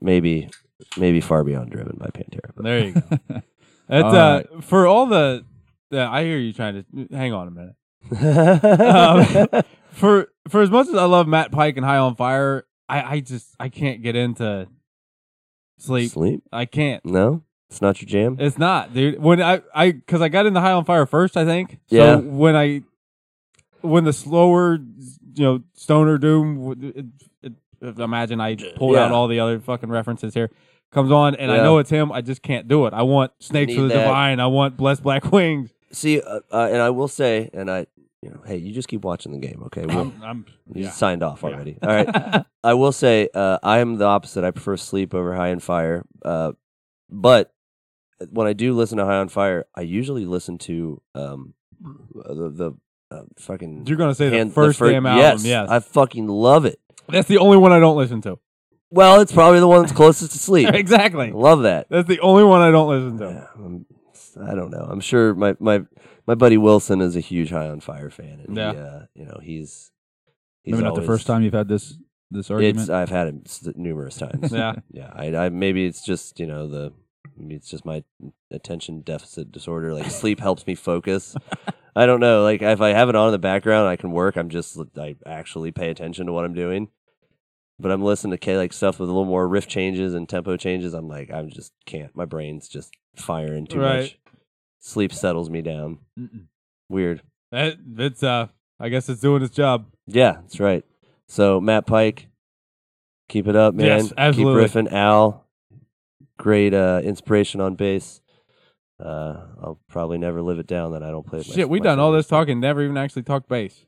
[SPEAKER 3] maybe maybe far beyond Driven by Pantera. But
[SPEAKER 2] There you go. That's,
[SPEAKER 1] All
[SPEAKER 2] uh, For all the, the, I hear you trying to hang on a minute. Um, for for as much as I love Matt Pike and High on Fire, I, I just I can't get into sleep.
[SPEAKER 3] Sleep?
[SPEAKER 2] I can't.
[SPEAKER 3] No, it's not your jam.
[SPEAKER 2] It's not, dude. When I I because I got into High on Fire first, I think.
[SPEAKER 3] Yeah.
[SPEAKER 2] So when I when the slower, you know, stoner doom, w- it, it, if- imagine I pulled out
[SPEAKER 3] Yeah.
[SPEAKER 2] all the other fucking references here. Comes on, and I
[SPEAKER 3] Yeah.
[SPEAKER 2] know it's him. I just can't do it. I want Snakes
[SPEAKER 3] need
[SPEAKER 2] for the
[SPEAKER 3] that.
[SPEAKER 2] Divine. I want Blessed Black Wings.
[SPEAKER 3] See, uh, uh, and I will say, and I, you know, hey, you just keep watching the game, okay? We'll,
[SPEAKER 2] I'm, I'm
[SPEAKER 3] You
[SPEAKER 2] yeah.
[SPEAKER 3] signed off already. All right. I will say uh, I am the opposite. I prefer sleep over high on fire. Uh, but when I do listen to high on fire, I usually listen to um, the, the uh, fucking
[SPEAKER 2] You're gonna say
[SPEAKER 3] hand-
[SPEAKER 2] the first
[SPEAKER 3] fir-
[SPEAKER 2] damn album,
[SPEAKER 3] Yes,
[SPEAKER 2] yes.
[SPEAKER 3] I fucking love it.
[SPEAKER 2] That's the only one I don't listen to.
[SPEAKER 3] Well, it's probably the one that's closest to sleep. I
[SPEAKER 2] exactly.
[SPEAKER 3] love that.
[SPEAKER 2] That's the only one I don't listen to.
[SPEAKER 3] Yeah, I'm- I don't know. I'm sure my, my my buddy Wilson is a huge high on fire fan, and
[SPEAKER 2] Yeah.
[SPEAKER 3] he, uh, you know he's he's
[SPEAKER 1] Maybe not the
[SPEAKER 3] always-
[SPEAKER 1] first time you've had this this
[SPEAKER 3] It's
[SPEAKER 1] argument.
[SPEAKER 3] I've had it s- numerous times.
[SPEAKER 2] Yeah.
[SPEAKER 3] yeah I, I maybe it's just you know the maybe it's just my attention deficit disorder like sleep helps me focus i don't know like if i have it on in the background i can work i'm just i actually pay attention to what i'm doing but i'm listening to K like stuff with a little more riff changes and tempo changes i'm like i'm just can't my brain's just firing too
[SPEAKER 2] Right.
[SPEAKER 3] much sleep settles me down
[SPEAKER 2] Mm-mm.
[SPEAKER 3] weird
[SPEAKER 2] That, it's uh, I guess it's doing its job.
[SPEAKER 3] yeah that's right so matt pike keep it up man
[SPEAKER 2] Yes, absolutely.
[SPEAKER 3] keep riffing al great uh inspiration on bass uh i'll probably never live it down that i don't play it my-
[SPEAKER 2] Shit, we
[SPEAKER 3] my
[SPEAKER 2] done all this
[SPEAKER 3] fingers.
[SPEAKER 2] talking, never even actually talked bass.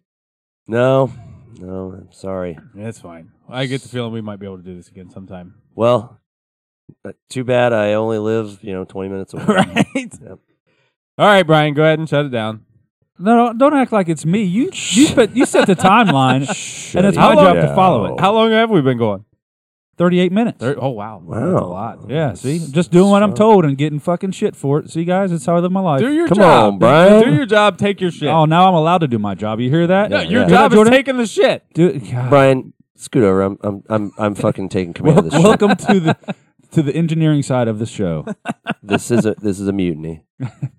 [SPEAKER 3] no no i'm sorry
[SPEAKER 2] That's fine. I get the feeling we might be able to do this again sometime.
[SPEAKER 3] well uh, too bad i only live you know 20 minutes away
[SPEAKER 2] right.
[SPEAKER 3] Yep.
[SPEAKER 2] All right, Brian, go ahead and shut it down.
[SPEAKER 1] no, don't, don't act like it's me. You you, put, you set the timeline. And it's
[SPEAKER 3] Shut
[SPEAKER 1] my
[SPEAKER 3] it
[SPEAKER 1] job to
[SPEAKER 3] down.
[SPEAKER 1] follow it.
[SPEAKER 2] How long have we been going?
[SPEAKER 1] Thirty-eight minutes.
[SPEAKER 2] Thir- oh wow,
[SPEAKER 3] Wow.
[SPEAKER 2] that's a lot.
[SPEAKER 1] yeah, see, just doing what I'm told and getting fucking shit for it. See, guys, that's how I live my life.
[SPEAKER 2] Do your
[SPEAKER 3] Come
[SPEAKER 2] job,
[SPEAKER 3] on, Brian.
[SPEAKER 2] Do your job. Take your shit.
[SPEAKER 1] Oh, now I'm allowed to do my job. You hear that?
[SPEAKER 2] no, your
[SPEAKER 3] yeah.
[SPEAKER 2] job
[SPEAKER 1] Hear
[SPEAKER 2] is
[SPEAKER 1] that,
[SPEAKER 2] taking the shit.
[SPEAKER 1] Jordan? Do- God.
[SPEAKER 3] brian scoot over i'm i'm i'm, I'm fucking taking command of
[SPEAKER 1] Wel-
[SPEAKER 3] this shit.
[SPEAKER 1] welcome to the to the engineering side of the show.
[SPEAKER 3] this is a this is a mutiny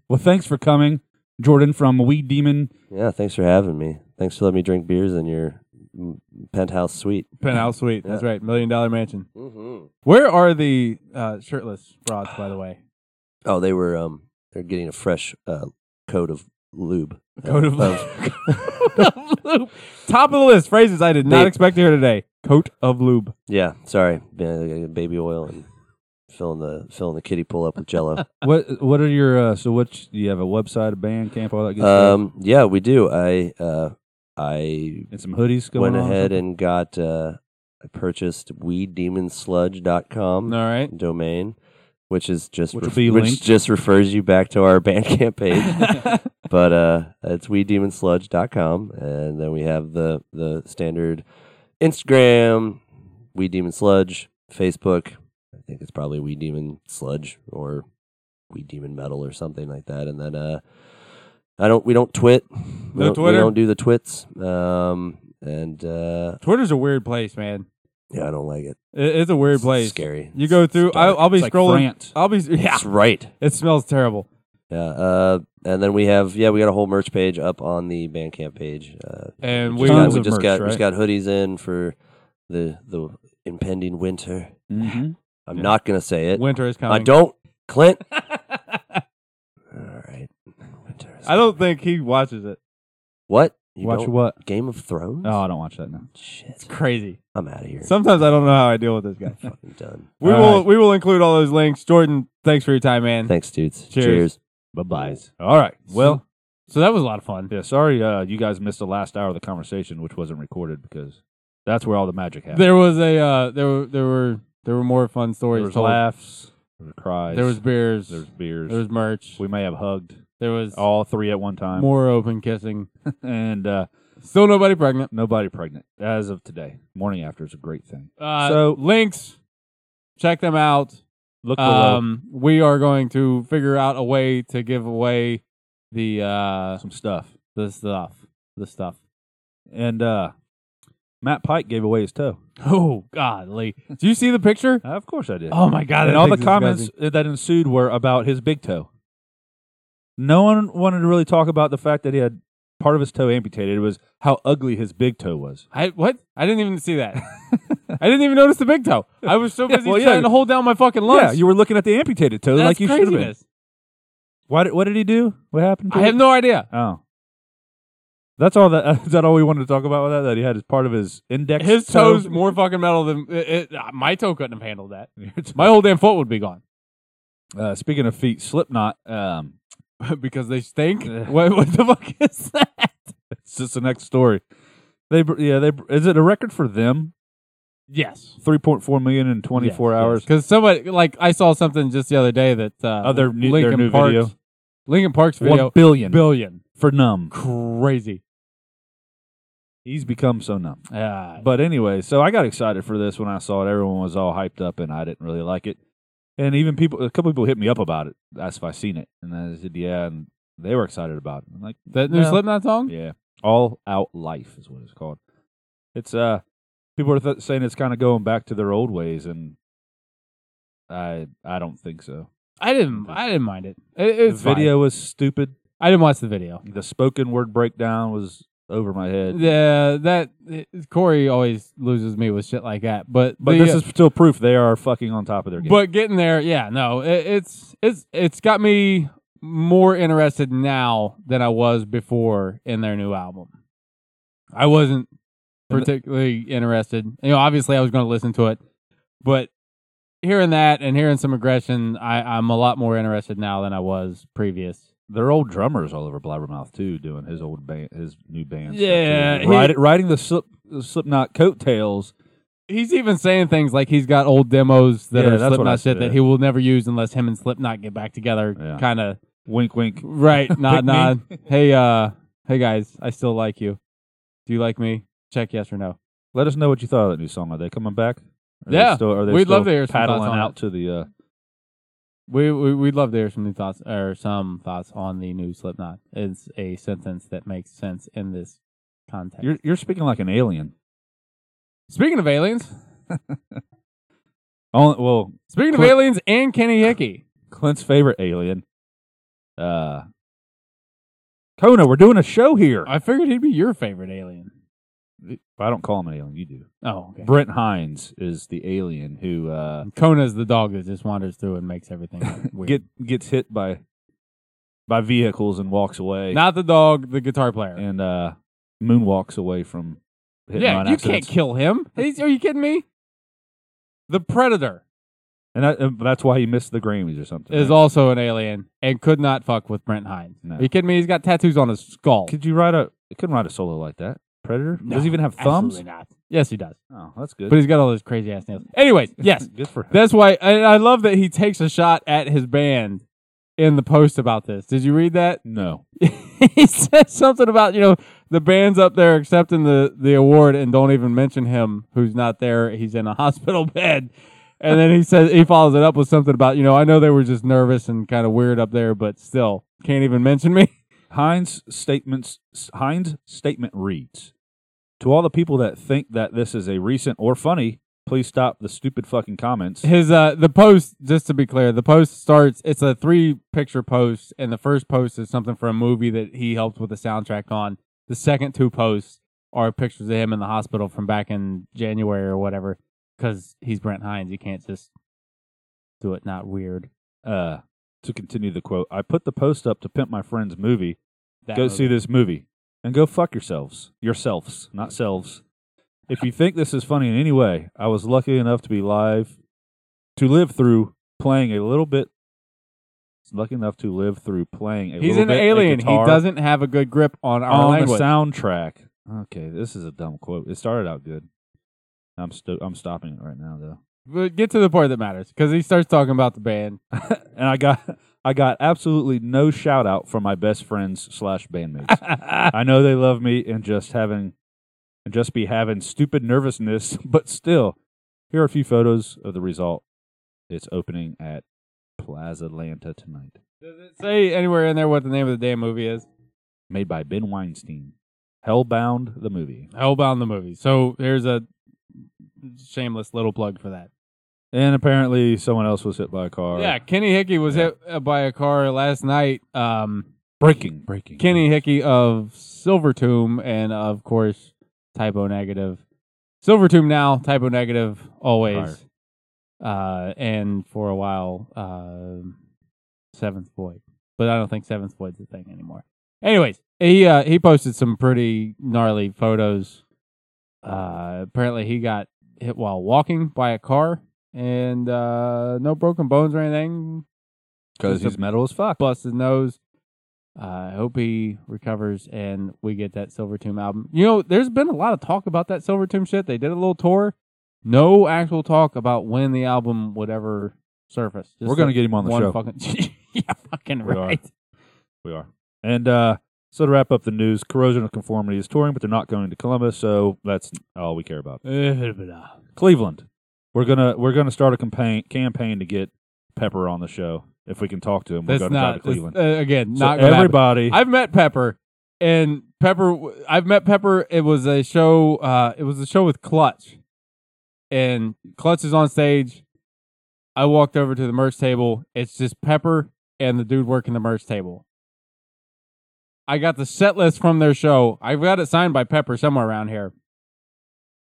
[SPEAKER 1] Well, thanks for coming, Jordan from Weed Demon
[SPEAKER 3] yeah thanks for having me thanks for letting me drink beers in your mm, penthouse suite
[SPEAKER 2] Penthouse suite. That's right. Million dollar mansion.
[SPEAKER 3] mm-hmm.
[SPEAKER 2] Where are the uh, shirtless broads, by the way?
[SPEAKER 3] Oh, they were um they're getting a fresh uh coat of lube. Uh,
[SPEAKER 2] Coat of
[SPEAKER 3] Of-
[SPEAKER 2] lube. Top of the list phrases I did not
[SPEAKER 3] They-
[SPEAKER 2] expect to hear today. Coat of lube.
[SPEAKER 3] yeah, sorry. Yeah, Baby oil and filling the filling the kitty pull up with jello.
[SPEAKER 1] what what are your uh, so what do you have a website a band camp all that good stuff
[SPEAKER 3] um yeah, we do. I uh I
[SPEAKER 1] and some hoodies going
[SPEAKER 3] went
[SPEAKER 1] on or
[SPEAKER 3] ahead
[SPEAKER 1] something?
[SPEAKER 3] and got uh I purchased weeddemonsludge.com
[SPEAKER 2] All right.
[SPEAKER 3] domain, which is just
[SPEAKER 1] Which will be
[SPEAKER 3] which
[SPEAKER 1] linked.
[SPEAKER 3] just refers you back to our Bandcamp page. but uh, it's weeddemonsludge.com, and then we have the the standard Instagram, Weed Demon Sludge, Facebook. I think it's probably Weed Demon Sludge or Weed Demon Metal or something like that. And then uh, I don't we don't twit. we
[SPEAKER 2] No
[SPEAKER 3] don't,
[SPEAKER 2] Twitter?
[SPEAKER 3] We don't do the twits. Um, and uh,
[SPEAKER 2] Twitter's a weird place, man.
[SPEAKER 3] Yeah, I don't like it.
[SPEAKER 2] It- it's a weird
[SPEAKER 3] It's
[SPEAKER 2] place.
[SPEAKER 3] Scary.
[SPEAKER 2] You go through.
[SPEAKER 3] It's
[SPEAKER 2] I,
[SPEAKER 3] dark.
[SPEAKER 2] I'll be
[SPEAKER 1] It's like
[SPEAKER 2] scrolling.
[SPEAKER 1] France.
[SPEAKER 2] I'll be. Yeah,
[SPEAKER 3] It's right.
[SPEAKER 2] it smells terrible.
[SPEAKER 3] Yeah. Uh, and then we have yeah, we got a whole merch page up on the Bandcamp page. Uh,
[SPEAKER 2] And
[SPEAKER 3] we
[SPEAKER 2] we.
[SPEAKER 1] Tons
[SPEAKER 3] got, we
[SPEAKER 1] of
[SPEAKER 3] just
[SPEAKER 1] merch,
[SPEAKER 3] got we
[SPEAKER 1] right?
[SPEAKER 3] just got hoodies in for the the impending winter.
[SPEAKER 1] Mm-hmm.
[SPEAKER 3] I'm
[SPEAKER 1] Yeah.
[SPEAKER 3] not gonna say it.
[SPEAKER 2] Winter is
[SPEAKER 3] I
[SPEAKER 2] coming.
[SPEAKER 3] don't, Clint.
[SPEAKER 2] don't.
[SPEAKER 3] All right. Winter. Is
[SPEAKER 2] I don't think he watches it.
[SPEAKER 3] What? You
[SPEAKER 1] Watch
[SPEAKER 3] don't-
[SPEAKER 1] what?
[SPEAKER 3] Game of Thrones?
[SPEAKER 1] Oh, I don't watch that now.
[SPEAKER 2] It's
[SPEAKER 3] shit!
[SPEAKER 2] crazy.
[SPEAKER 3] I'm out of here.
[SPEAKER 2] Sometimes I don't know how I deal with this guy.
[SPEAKER 3] Fucking done.
[SPEAKER 2] We
[SPEAKER 1] All
[SPEAKER 2] will.
[SPEAKER 1] right.
[SPEAKER 2] We will include all those links. Jordan, thanks for your time, man.
[SPEAKER 3] Thanks, dudes.
[SPEAKER 2] Cheers.
[SPEAKER 1] Bye byes. All right. Well,
[SPEAKER 2] Well, so that was a lot of fun.
[SPEAKER 1] Yeah, sorry uh, you guys missed the last hour of the conversation, which wasn't recorded because that's where all the magic happened.
[SPEAKER 2] There was a. Uh, there were. There were. There were more fun
[SPEAKER 1] There
[SPEAKER 2] stories.
[SPEAKER 1] was
[SPEAKER 2] told.
[SPEAKER 1] laughs, there was cries,
[SPEAKER 2] There was beers.
[SPEAKER 1] there was beers.
[SPEAKER 2] There was merch.
[SPEAKER 1] we may have hugged
[SPEAKER 2] There was
[SPEAKER 1] all three at one time,
[SPEAKER 2] more open kissing.
[SPEAKER 1] and uh,
[SPEAKER 2] Still nobody pregnant.
[SPEAKER 1] nobody pregnant as of today. Morning after is a great thing.
[SPEAKER 2] Uh,
[SPEAKER 1] So-
[SPEAKER 2] so links, check them out.
[SPEAKER 1] Look below
[SPEAKER 2] Um, we are going to figure out a way to give away the uh
[SPEAKER 1] some stuff.
[SPEAKER 2] the stuff, the stuff.
[SPEAKER 1] And uh, Matt Pike gave away his toe.
[SPEAKER 2] Oh godly! Do you see the picture?
[SPEAKER 1] of course I did.
[SPEAKER 2] Oh my god!
[SPEAKER 1] and
[SPEAKER 2] that
[SPEAKER 1] all the
[SPEAKER 2] thing's
[SPEAKER 1] comments
[SPEAKER 2] disgusting.
[SPEAKER 1] that ensued were about his big toe. No one wanted to really talk about the fact that he had part of his toe amputated. It was how ugly his big toe was.
[SPEAKER 2] I what? I didn't even see that. I didn't even notice the big toe. I was so
[SPEAKER 1] Yeah,
[SPEAKER 2] busy
[SPEAKER 1] well, yeah.
[SPEAKER 2] trying to hold down my fucking lunch.
[SPEAKER 1] Yeah, you were looking at the amputated toe
[SPEAKER 2] That's
[SPEAKER 1] like you should have been.
[SPEAKER 2] craziness.
[SPEAKER 1] Why did, what did he do? What happened? To
[SPEAKER 2] I have
[SPEAKER 1] it?
[SPEAKER 2] no idea.
[SPEAKER 1] Oh, that's all. That is that all we wanted to talk about with that? That he had as part of his index.
[SPEAKER 2] His
[SPEAKER 1] toe?
[SPEAKER 2] toe's more fucking metal than it, it, my toe couldn't have handled that. My whole damn foot would be gone
[SPEAKER 1] uh, speaking of feet, Slipknot. Um,
[SPEAKER 2] because they stink. what, what the fuck is that?
[SPEAKER 1] it's just the next story. They br- yeah they br- is it a record for them?
[SPEAKER 2] Yes.
[SPEAKER 1] Three point four million in twenty four hours.
[SPEAKER 2] Because somebody like I saw something just the other day that uh,
[SPEAKER 1] Oh, their new- their
[SPEAKER 2] Lincoln
[SPEAKER 1] new
[SPEAKER 2] Park's,
[SPEAKER 1] video.
[SPEAKER 2] Lincoln Park's video
[SPEAKER 1] One billion
[SPEAKER 2] billion
[SPEAKER 1] for numb.
[SPEAKER 2] crazy.
[SPEAKER 1] He's become so numb.
[SPEAKER 2] Yeah.
[SPEAKER 1] But anyway, so I got excited for this when I saw it. Everyone was all hyped up, and I didn't really like it. And even people, a couple people hit me up about it. Asked if I seen it, and I said yeah, and they were excited about it. I'm like,
[SPEAKER 2] that new
[SPEAKER 1] No.
[SPEAKER 2] Slipknot song.
[SPEAKER 1] yeah, all out life is what it's called. It's uh, people are th- saying it's kind of going back to their old ways, and I I don't think so.
[SPEAKER 2] I didn't. I didn't mind it. It, it's
[SPEAKER 1] the
[SPEAKER 2] fine.
[SPEAKER 1] video was stupid.
[SPEAKER 2] I didn't watch the video.
[SPEAKER 1] The spoken word breakdown was over my head.
[SPEAKER 2] Yeah, that Corey always loses me with shit like that. But
[SPEAKER 1] But
[SPEAKER 2] the, uh
[SPEAKER 1] this is still proof they are fucking on top of their game.
[SPEAKER 2] but getting there. Yeah, no, it, it's it's it's got me more interested now than I was before in their new album. I wasn't
[SPEAKER 1] And the-
[SPEAKER 2] particularly interested. You know, obviously I was going to listen to it, but hearing that and hearing some aggression, I, I'm a lot more interested now than I was previous.
[SPEAKER 1] their old drummer's all over Blabbermouth too, doing his old band, his new band.
[SPEAKER 2] Yeah,
[SPEAKER 1] stuff
[SPEAKER 2] he-
[SPEAKER 1] too. Ride, riding the slip, the Slipknot coattails.
[SPEAKER 2] he's even saying things like he's got old demos that
[SPEAKER 1] Yeah,
[SPEAKER 2] are
[SPEAKER 1] that's what I
[SPEAKER 2] Slipknot shit
[SPEAKER 1] said.
[SPEAKER 2] that he will never use unless him and Slipknot get back together.
[SPEAKER 1] Yeah.
[SPEAKER 2] Kind of
[SPEAKER 1] Wink, wink.
[SPEAKER 2] right,
[SPEAKER 1] Pick
[SPEAKER 2] nod,
[SPEAKER 1] me.
[SPEAKER 2] nod. Hey, uh, hey guys, I still like you. Do you like me? Check yes or no.
[SPEAKER 1] Let us know what you thought of that new song. Are they coming back? Are they
[SPEAKER 2] Yeah,
[SPEAKER 1] still, are they
[SPEAKER 2] we'd
[SPEAKER 1] still
[SPEAKER 2] love to hear some thoughts
[SPEAKER 1] paddling
[SPEAKER 2] on
[SPEAKER 1] out
[SPEAKER 2] it.
[SPEAKER 1] to the. Uh,
[SPEAKER 2] We, we we'd love to hear some new thoughts or some thoughts on the new Slipknot. It's a sentence that makes sense in this context.
[SPEAKER 1] you're you're speaking like an alien.
[SPEAKER 2] speaking of aliens,
[SPEAKER 1] Only, well,
[SPEAKER 2] speaking of
[SPEAKER 1] Clint-
[SPEAKER 2] aliens and Kenny Hickey,
[SPEAKER 1] Clint's favorite alien. Uh, Kona, we're doing a show here. I,
[SPEAKER 2] I figured he'd be your favorite alien.
[SPEAKER 1] don't call him an alien. You do.
[SPEAKER 2] Oh, okay.
[SPEAKER 1] Brent Hines is the alien who uh,
[SPEAKER 2] Kona's the dog that just wanders through and makes everything weird.
[SPEAKER 1] get gets hit by by vehicles and walks away.
[SPEAKER 2] Not the dog, the guitar player.
[SPEAKER 1] and uh, moonwalks away from hit
[SPEAKER 2] yeah,
[SPEAKER 1] and run
[SPEAKER 2] you
[SPEAKER 1] accidents.
[SPEAKER 2] can't kill him. He's- are you kidding me? The Predator
[SPEAKER 1] and, that, and that's why he missed the Grammys or something.
[SPEAKER 2] is
[SPEAKER 1] right?
[SPEAKER 2] also an alien and could not fuck with Brent Hines.
[SPEAKER 1] No.
[SPEAKER 2] Are you kidding me? He's got tattoos on his skull.
[SPEAKER 1] Could you write a? It couldn't write a solo like that. Predator
[SPEAKER 2] No,
[SPEAKER 1] does he even have thumbs?
[SPEAKER 2] Absolutely not. Yes, he does.
[SPEAKER 1] Oh, that's good.
[SPEAKER 2] But he's got all those crazy ass nails. Anyways, yes,
[SPEAKER 1] good for him.
[SPEAKER 2] that's why. And I love that he takes a shot at his band in the post about this. Did you read that?
[SPEAKER 1] no,
[SPEAKER 2] he said something about you know the band's up there accepting the the award and don't even mention him who's not there he's in a hospital bed and then he says he follows it up with something about you know i know they were just nervous and kind of weird up there but still can't even mention me
[SPEAKER 1] Hines statements. Hines statement reads: To all the people that think that this is a recent or funny please stop the stupid fucking comments.
[SPEAKER 2] His uh the post, just to be clear, the post starts it's a three picture post, and the first post is something for a movie that he helped with the soundtrack on. The second two posts are pictures of him in the hospital from back in January or whatever. Because he's Brent Hines. You can't just do it not weird.
[SPEAKER 1] Uh, to continue the quote, I put the post up to pimp my friend's movie.
[SPEAKER 2] That
[SPEAKER 1] go
[SPEAKER 2] movie.
[SPEAKER 1] see this movie and go fuck yourselves, yourselves, not selves. If you think this is funny in any way, I was lucky enough to be live to live through playing a little bit. Lucky enough to live through playing a
[SPEAKER 2] He's
[SPEAKER 1] little
[SPEAKER 2] an
[SPEAKER 1] bit a
[SPEAKER 2] alien. He
[SPEAKER 1] guitar
[SPEAKER 2] doesn't have a good grip on our
[SPEAKER 1] on
[SPEAKER 2] language.
[SPEAKER 1] the soundtrack. Okay, this is a dumb quote. It started out good. I'm sto- I'm stopping it right now though.
[SPEAKER 2] But get to the part that matters because he starts talking about the band.
[SPEAKER 1] and I got I got absolutely no shout out from my best friends slash bandmates. I know they love me and just having and just be having stupid nervousness, but still, here are a few photos of the result. It's opening at Plaza Atlanta tonight.
[SPEAKER 2] Does it say anywhere in there what the name of the damn movie is?
[SPEAKER 1] Made by Ben Weinstein. Hellbound the movie.
[SPEAKER 2] Hellbound the movie. So there's a shameless little plug for that.
[SPEAKER 1] And apparently someone else was hit by a car.
[SPEAKER 2] Yeah, Kenny Hickey was
[SPEAKER 1] Yeah.
[SPEAKER 2] hit uh, by a car last night. Um,
[SPEAKER 1] Breaking, breaking.
[SPEAKER 2] Kenny Hickey of Silver Tomb and of course Typo Negative. Silver Tomb now, Typo Negative always. Uh, and for a while, um Seventh Void, but I don't think Seventh Void's a thing anymore. Anyways, he uh, he posted some pretty gnarly photos. Uh, apparently, he got hit while walking by a car, and uh, no broken bones or anything
[SPEAKER 1] Because he's metal as fuck.
[SPEAKER 2] bust his nose. Uh, I hope he recovers and we get that Silver Tomb album. You know, there's been a lot of talk about that Silver Tomb shit. They did a little tour. No actual talk about when the album would ever surface. Just
[SPEAKER 1] We're gonna
[SPEAKER 2] that
[SPEAKER 1] get him on the
[SPEAKER 2] one
[SPEAKER 1] show.
[SPEAKER 2] Fucking, yeah, fucking
[SPEAKER 1] We are.
[SPEAKER 2] right.
[SPEAKER 1] We are. And uh, so to wrap up the news, Corrosion of Conformity is touring, but they're not going to Columbus, so that's all we care about. Cleveland, we're gonna we're gonna start a campaign campaign to get Pepper on the show if we can talk to him. We're
[SPEAKER 2] That's
[SPEAKER 1] gonna
[SPEAKER 2] not
[SPEAKER 1] to
[SPEAKER 2] that's-
[SPEAKER 1] Cleveland.
[SPEAKER 2] uh, again.
[SPEAKER 1] So
[SPEAKER 2] not gonna happen.
[SPEAKER 1] everybody.
[SPEAKER 2] I've met Pepper, and Pepper. w- I've met Pepper. It was a show. Uh, it was a show with Clutch, and Clutch is on stage. I walked over to the merch table. It's just Pepper and the dude working the merch table. I got the set list from their show. I've got it signed by Pepper somewhere around here.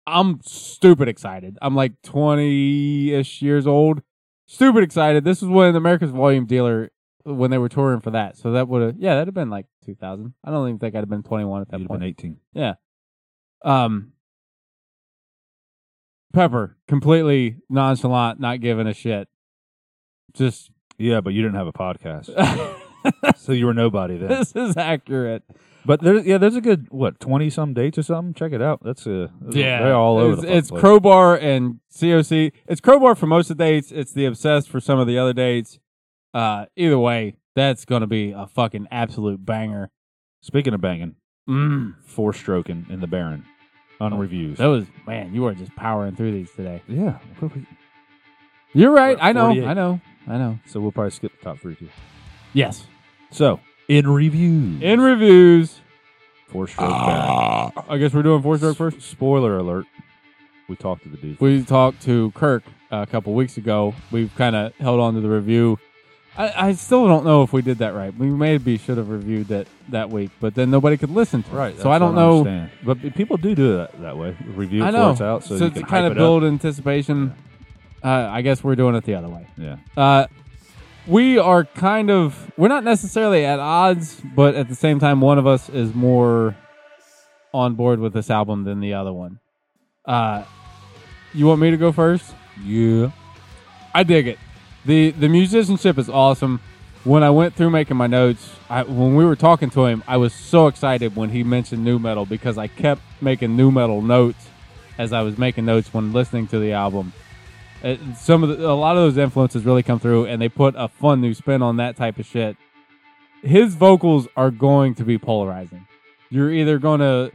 [SPEAKER 2] I'm stupid excited. I'm like 20 ish years old. Stupid excited. This is when America's Volume Dealer when they were touring for that. So that would have yeah, that'd have been like 2000. I don't even think I'd have been 21 at that
[SPEAKER 1] You'd have
[SPEAKER 2] point.
[SPEAKER 1] been eighteen.
[SPEAKER 2] Um, Pepper completely nonchalant, not giving a shit. Just
[SPEAKER 1] Yeah, but you didn't have a podcast, so you were nobody then.
[SPEAKER 2] this is accurate.
[SPEAKER 1] But there's yeah, there's a good what twenty some dates or something. Check it out. That's a they're all over
[SPEAKER 2] it's,
[SPEAKER 1] the fucking
[SPEAKER 2] it's
[SPEAKER 1] place.
[SPEAKER 2] crowbar and COC. It's crowbar for most of the dates. It's the obsessed for some of the other dates. Uh, either way, that's gonna be a fucking absolute banger.
[SPEAKER 1] Speaking of banging,
[SPEAKER 2] Mm,
[SPEAKER 1] four stroking in the Baron, unreviews.
[SPEAKER 2] that was man, you are just powering through these today.
[SPEAKER 1] yeah, what we-
[SPEAKER 2] You're right.
[SPEAKER 1] We're at
[SPEAKER 2] I know.
[SPEAKER 1] 48.
[SPEAKER 2] I know. I know.
[SPEAKER 1] so we'll probably skip the top three too.
[SPEAKER 2] Yes.
[SPEAKER 1] So in reviews,
[SPEAKER 2] In reviews,
[SPEAKER 1] four stroke Baron.
[SPEAKER 2] I guess we're doing four stroke first.
[SPEAKER 1] Spoiler alert. We talked to the dude.
[SPEAKER 2] we talked to Kirk a couple weeks ago. We've kind of held on to the review. I, I still don't know if we did that right. We maybe should have reviewed that that week, but then nobody could listen to it. So I don't know.
[SPEAKER 1] Understand. But b- people do do that that way. Review it
[SPEAKER 2] I
[SPEAKER 1] before
[SPEAKER 2] know.
[SPEAKER 1] it's out, so, you
[SPEAKER 2] to
[SPEAKER 1] can
[SPEAKER 2] kind
[SPEAKER 1] hype
[SPEAKER 2] of
[SPEAKER 1] it up.
[SPEAKER 2] build anticipation, uh, I guess we're doing it the other way.
[SPEAKER 1] Yeah,
[SPEAKER 2] Uh, we are kind of we're not necessarily at odds, but at the same time, one of us is more on board with this album than the other one. Uh, you want me to go first? Yeah, I dig it. the The musicianship is awesome. When I went through making my notes, I, when we were talking to him, I was so excited when he mentioned new metal because I kept making new metal notes as I was making notes when listening to the album. It, Uh, some of the, a lot of those influences really come through, and they put a fun new spin on that type of shit. His vocals are going to be polarizing. You're either going to,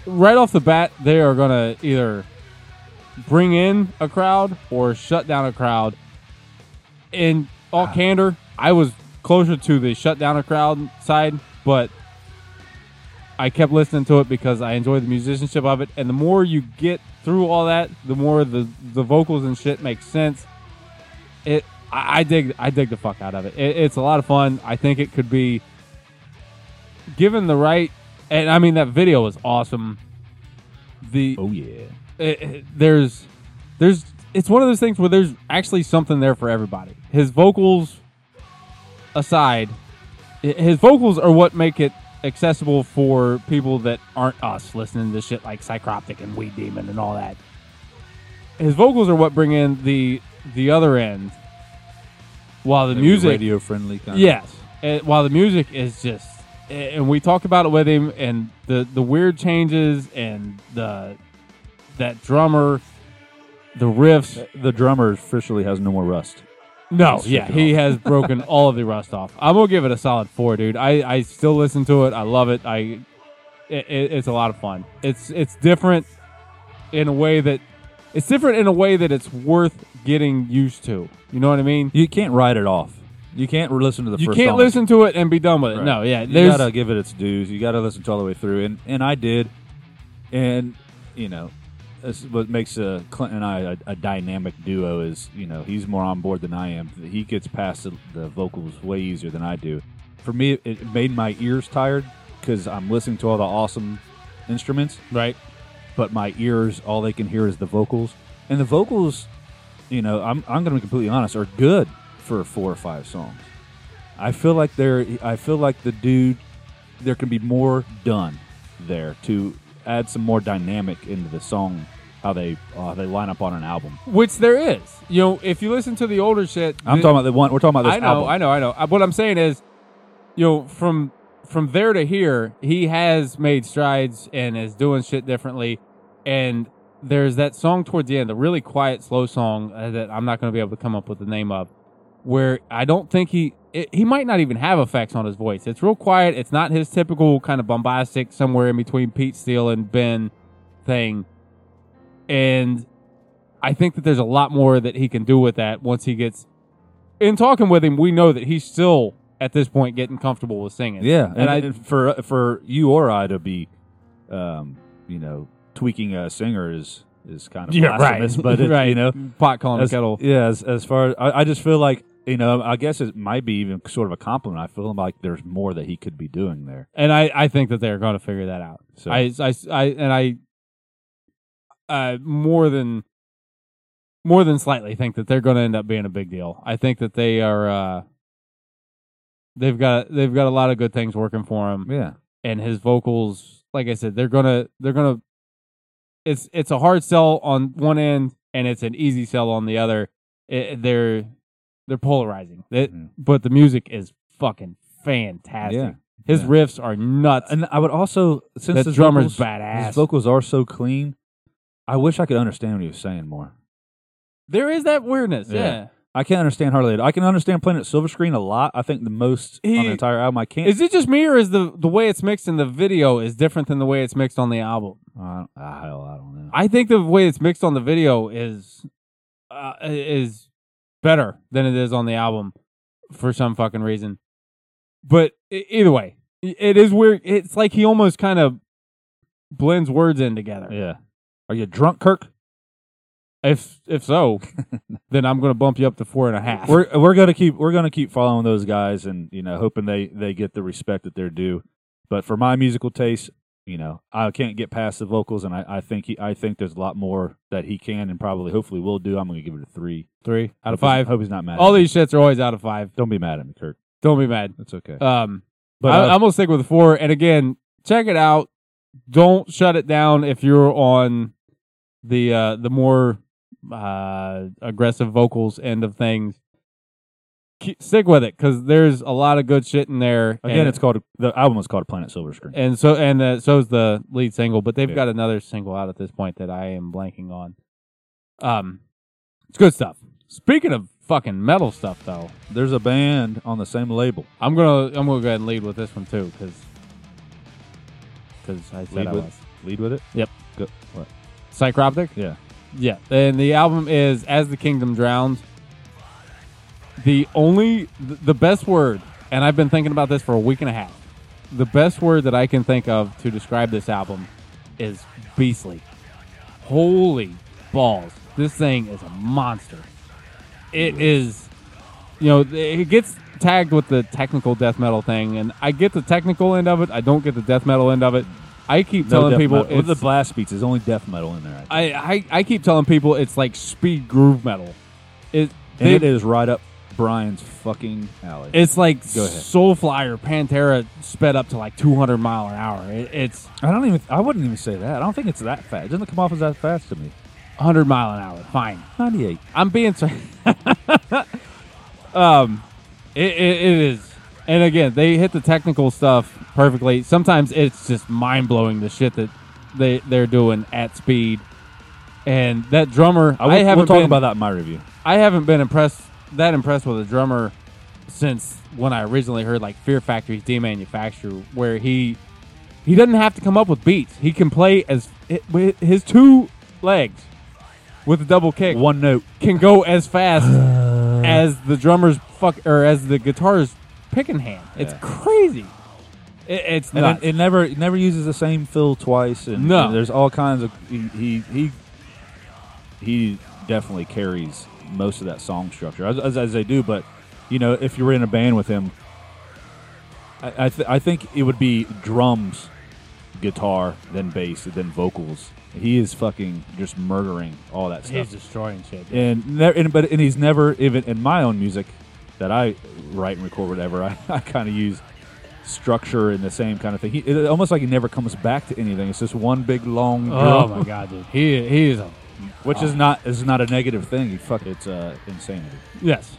[SPEAKER 2] right off the bat, they are going to either bring in a crowd or shut down a crowd. In all candor, I was closer to the shut down a crowd side, but I kept listening to it because I enjoy the musicianship of it, and the more you get through all that, the more the the vocals and shit make sense. It, I, I dig, I dig the fuck out of it. it. It's a lot of fun. I think it could be given the right, and I mean that video was awesome. The
[SPEAKER 1] Oh yeah.
[SPEAKER 2] it, it- eh, there's there's it's one of those things where there's actually something there for everybody. His vocals aside, i- his vocals are what make it accessible for people that aren't us listening to shit like Psychroptic and Weed Demon and all that. His vocals are what bring in the the other end, while the music
[SPEAKER 1] radio friendly kind.
[SPEAKER 2] Yes. And while the music is just, and we talked about it with him, and the the weird changes, and the that drummer, the riffs.
[SPEAKER 1] The drummer officially has no more rust.
[SPEAKER 2] No,
[SPEAKER 1] Let's
[SPEAKER 2] yeah,
[SPEAKER 1] check it
[SPEAKER 2] he has broken all of the rust off. I'm gonna give it a solid four, dude. I I still listen to it. I love it. I it, it- it's a lot of fun. It's it's different in a way that it's different in a way that it's worth getting used to. You know what I mean?
[SPEAKER 1] You can't write it off. You can't listen to the
[SPEAKER 2] You
[SPEAKER 1] first.
[SPEAKER 2] can't
[SPEAKER 1] song.
[SPEAKER 2] listen to it and be done with it.
[SPEAKER 1] Right.
[SPEAKER 2] No, yeah.
[SPEAKER 1] you
[SPEAKER 2] There's,
[SPEAKER 1] gotta give it its dues. You gotta listen to all the way through, and and I did, and you know, that's what makes uh, Clinton and I a, a dynamic duo is you know he's more on board than I am. He gets past the, the vocals way easier than I do. For me, it made my ears tired because I'm listening to all the awesome instruments,
[SPEAKER 2] right.
[SPEAKER 1] but my ears all they can hear is the vocals, and the vocals, you know, I'm I'm gonna be completely honest, are good for four or five songs. I feel like there. I feel like the dude. There can be more done there to add some more dynamic into the song. How they uh, they line up on an album.
[SPEAKER 2] Which there is. You know, if you listen to the older shit,
[SPEAKER 1] I'm
[SPEAKER 2] the-
[SPEAKER 1] talking about the one. We're talking about this
[SPEAKER 2] Mm. I know,
[SPEAKER 1] album.
[SPEAKER 2] I know, I know. Uh, What I'm saying is, you know, from from there to here, he has made strides and is doing shit differently. And there's that song toward the end, a really quiet, slow song uh, that I'm not going to be able to come up with the name of, where I don't think he it, he might not even have effects on his voice. It's real quiet. It's not his typical kind of bombastic, somewhere in between Pete Steele and Ben thing. And I think that there's a lot more that he can do with that once he gets in talking with him, we know that he's still at this point getting comfortable with singing.
[SPEAKER 1] Yeah,
[SPEAKER 2] and,
[SPEAKER 1] and,
[SPEAKER 2] I
[SPEAKER 1] and for for you or I to be, um, you know, tweaking a singer is is kind of
[SPEAKER 2] Yeah, right.
[SPEAKER 1] blasphemous, But it,
[SPEAKER 2] Right.
[SPEAKER 1] you know,
[SPEAKER 2] pot calling
[SPEAKER 1] as,
[SPEAKER 2] the kettle.
[SPEAKER 1] Yeah, as, as far as I, I just feel like you know, I guess it might be even sort of a compliment. I feel like there's more that he could be doing there.
[SPEAKER 2] And I, I think that they're going to figure that out.
[SPEAKER 1] So
[SPEAKER 2] I, I, I, and I, uh, more than, more than slightly think that they're going to end up being a big deal. I think that they are, uh, they've got, they've got a lot of good things working for him.
[SPEAKER 1] yeah,
[SPEAKER 2] and his vocals like i said they're gonna they're gonna it's it's a hard sell on one end and it's an easy sell on the other It- they're they're polarizing It-
[SPEAKER 1] Mhm.
[SPEAKER 2] but the music is fucking fantastic
[SPEAKER 1] yeah.
[SPEAKER 2] his
[SPEAKER 1] yeah.
[SPEAKER 2] riffs are nuts
[SPEAKER 1] And I would also since
[SPEAKER 2] that
[SPEAKER 1] his
[SPEAKER 2] drummer's
[SPEAKER 1] vocals,
[SPEAKER 2] badass
[SPEAKER 1] His vocals are so clean. I wish I could understand what he was saying more.
[SPEAKER 2] there is that weirdness
[SPEAKER 1] Yeah.
[SPEAKER 2] yeah,
[SPEAKER 1] I can't understand hardly. at all. I can understand Planet Silver Screen a lot. I think the most on
[SPEAKER 2] He-
[SPEAKER 1] the entire album. I can't.
[SPEAKER 2] is it just me or is the the way it's mixed in the video is different than the way it's mixed on the album
[SPEAKER 1] I don't, ah, hell, I don't know.
[SPEAKER 2] I think the way it's mixed on the video is uh, is better than it is on the album for some fucking reason. But e- either way, i- it is weird. It's like he almost kind of blends words in together.
[SPEAKER 1] yeah. Are you drunk, Kirk?
[SPEAKER 2] If if so, then I'm gonna bump you up to four and a half.
[SPEAKER 1] we're we're gonna keep we're gonna keep following those guys and you know hoping they they get the respect that they're due. But for my musical taste, you know, I can't get past the vocals, and I, I think he, I think there's a lot more that he can and probably hopefully will do. I'm gonna give it a three
[SPEAKER 2] three out of
[SPEAKER 1] Hope he's-
[SPEAKER 2] five.
[SPEAKER 1] Hope he's not mad.
[SPEAKER 2] All
[SPEAKER 1] at me.
[SPEAKER 2] these shits are always out of five.
[SPEAKER 1] don't be mad at me, Kirk.
[SPEAKER 2] Don't be mad.
[SPEAKER 1] That's okay.
[SPEAKER 2] Um,
[SPEAKER 1] but
[SPEAKER 2] I,
[SPEAKER 1] uh,
[SPEAKER 2] I'm gonna stick with the four. And again, check it out. Don't shut it down if you're on the uh, the more uh, aggressive vocals end of things. Keep, stick with it because there's a lot of good shit in there.
[SPEAKER 1] again,
[SPEAKER 2] and,
[SPEAKER 1] it's called the album is called Planet Silver Screen.
[SPEAKER 2] and so and uh, so's the lead single, but they've
[SPEAKER 1] Yeah.
[SPEAKER 2] got another single out at this point that I am blanking on. Um, it's good stuff. Speaking of fucking metal stuff, though,
[SPEAKER 1] There's a band on the same label.
[SPEAKER 2] I'm gonna I'm gonna go ahead and lead with this one too because I said
[SPEAKER 1] Lead
[SPEAKER 2] I
[SPEAKER 1] with-
[SPEAKER 2] was.
[SPEAKER 1] Lead with it.
[SPEAKER 2] Yep.
[SPEAKER 1] Go, what?
[SPEAKER 2] Psychroptic?
[SPEAKER 1] Yeah.
[SPEAKER 2] Yeah. And the album is As the Kingdom Drowns. The only, th- the best word, and I've been thinking about this for a week and a half. the best word that I can think of to describe this album is beastly. Holy balls. This thing is a monster. It is, you know, th- it gets tagged with the technical death metal thing, and I get the technical end of it. I don't get the death metal end of it. I keep
[SPEAKER 1] No
[SPEAKER 2] telling
[SPEAKER 1] death
[SPEAKER 2] people
[SPEAKER 1] metal. with the
[SPEAKER 2] it's,
[SPEAKER 1] blast beats, there's only death metal in there. I think.
[SPEAKER 2] I, I, I keep telling people it's like speed groove metal. It,
[SPEAKER 1] and
[SPEAKER 2] they-
[SPEAKER 1] it is right up Brian's fucking alley.
[SPEAKER 2] It's like
[SPEAKER 1] Go ahead.
[SPEAKER 2] Soulfly or Pantera sped up to like 200 mile an hour. It, it's
[SPEAKER 1] I don't even. I wouldn't even say that. I don't think it's that fast. It doesn't come off as that fast to me.
[SPEAKER 2] 100 mile an hour. Fine.
[SPEAKER 1] Ninety-eight.
[SPEAKER 2] I'm being so. um, it, it, it is, and again, they hit the technical stuff perfectly. Sometimes it's just mind blowing the shit that they they're doing at speed, and that drummer.
[SPEAKER 1] I, will,
[SPEAKER 2] haven't
[SPEAKER 1] we'll talk
[SPEAKER 2] been,
[SPEAKER 1] about that in my review.
[SPEAKER 2] I haven't been impressed that impressed with a drummer since when I originally heard like Fear Factory's Demanufacture, where he he doesn't have to come up with beats. He can play as with his two legs with a double kick
[SPEAKER 1] One note.
[SPEAKER 2] can go as fast as the drummer's fuck or as the guitar's picking hand. It's
[SPEAKER 1] Yeah.
[SPEAKER 2] crazy. It, it's
[SPEAKER 1] And
[SPEAKER 2] nuts.
[SPEAKER 1] it, it never it never uses the same fill twice. And,
[SPEAKER 2] No.
[SPEAKER 1] and there's all kinds of he, he he he definitely carries most of that song structure as, as, as they do. But you know, if you were in a band with him, I I, th- I think it would be drums, guitar, then bass, then vocals. He is fucking just murdering all that stuff.
[SPEAKER 2] He's destroying shit. dude.
[SPEAKER 1] and never, and, but and he's never even in my own music that I write and record whatever I, I kind of use structure and the same kind of thing. He, it, almost like he never comes back to anything. It's just one big long
[SPEAKER 2] Oh
[SPEAKER 1] drum,
[SPEAKER 2] my god, dude. He he is a
[SPEAKER 1] which is not is not a negative thing. You fuck, it's uh, insanity.
[SPEAKER 2] yes.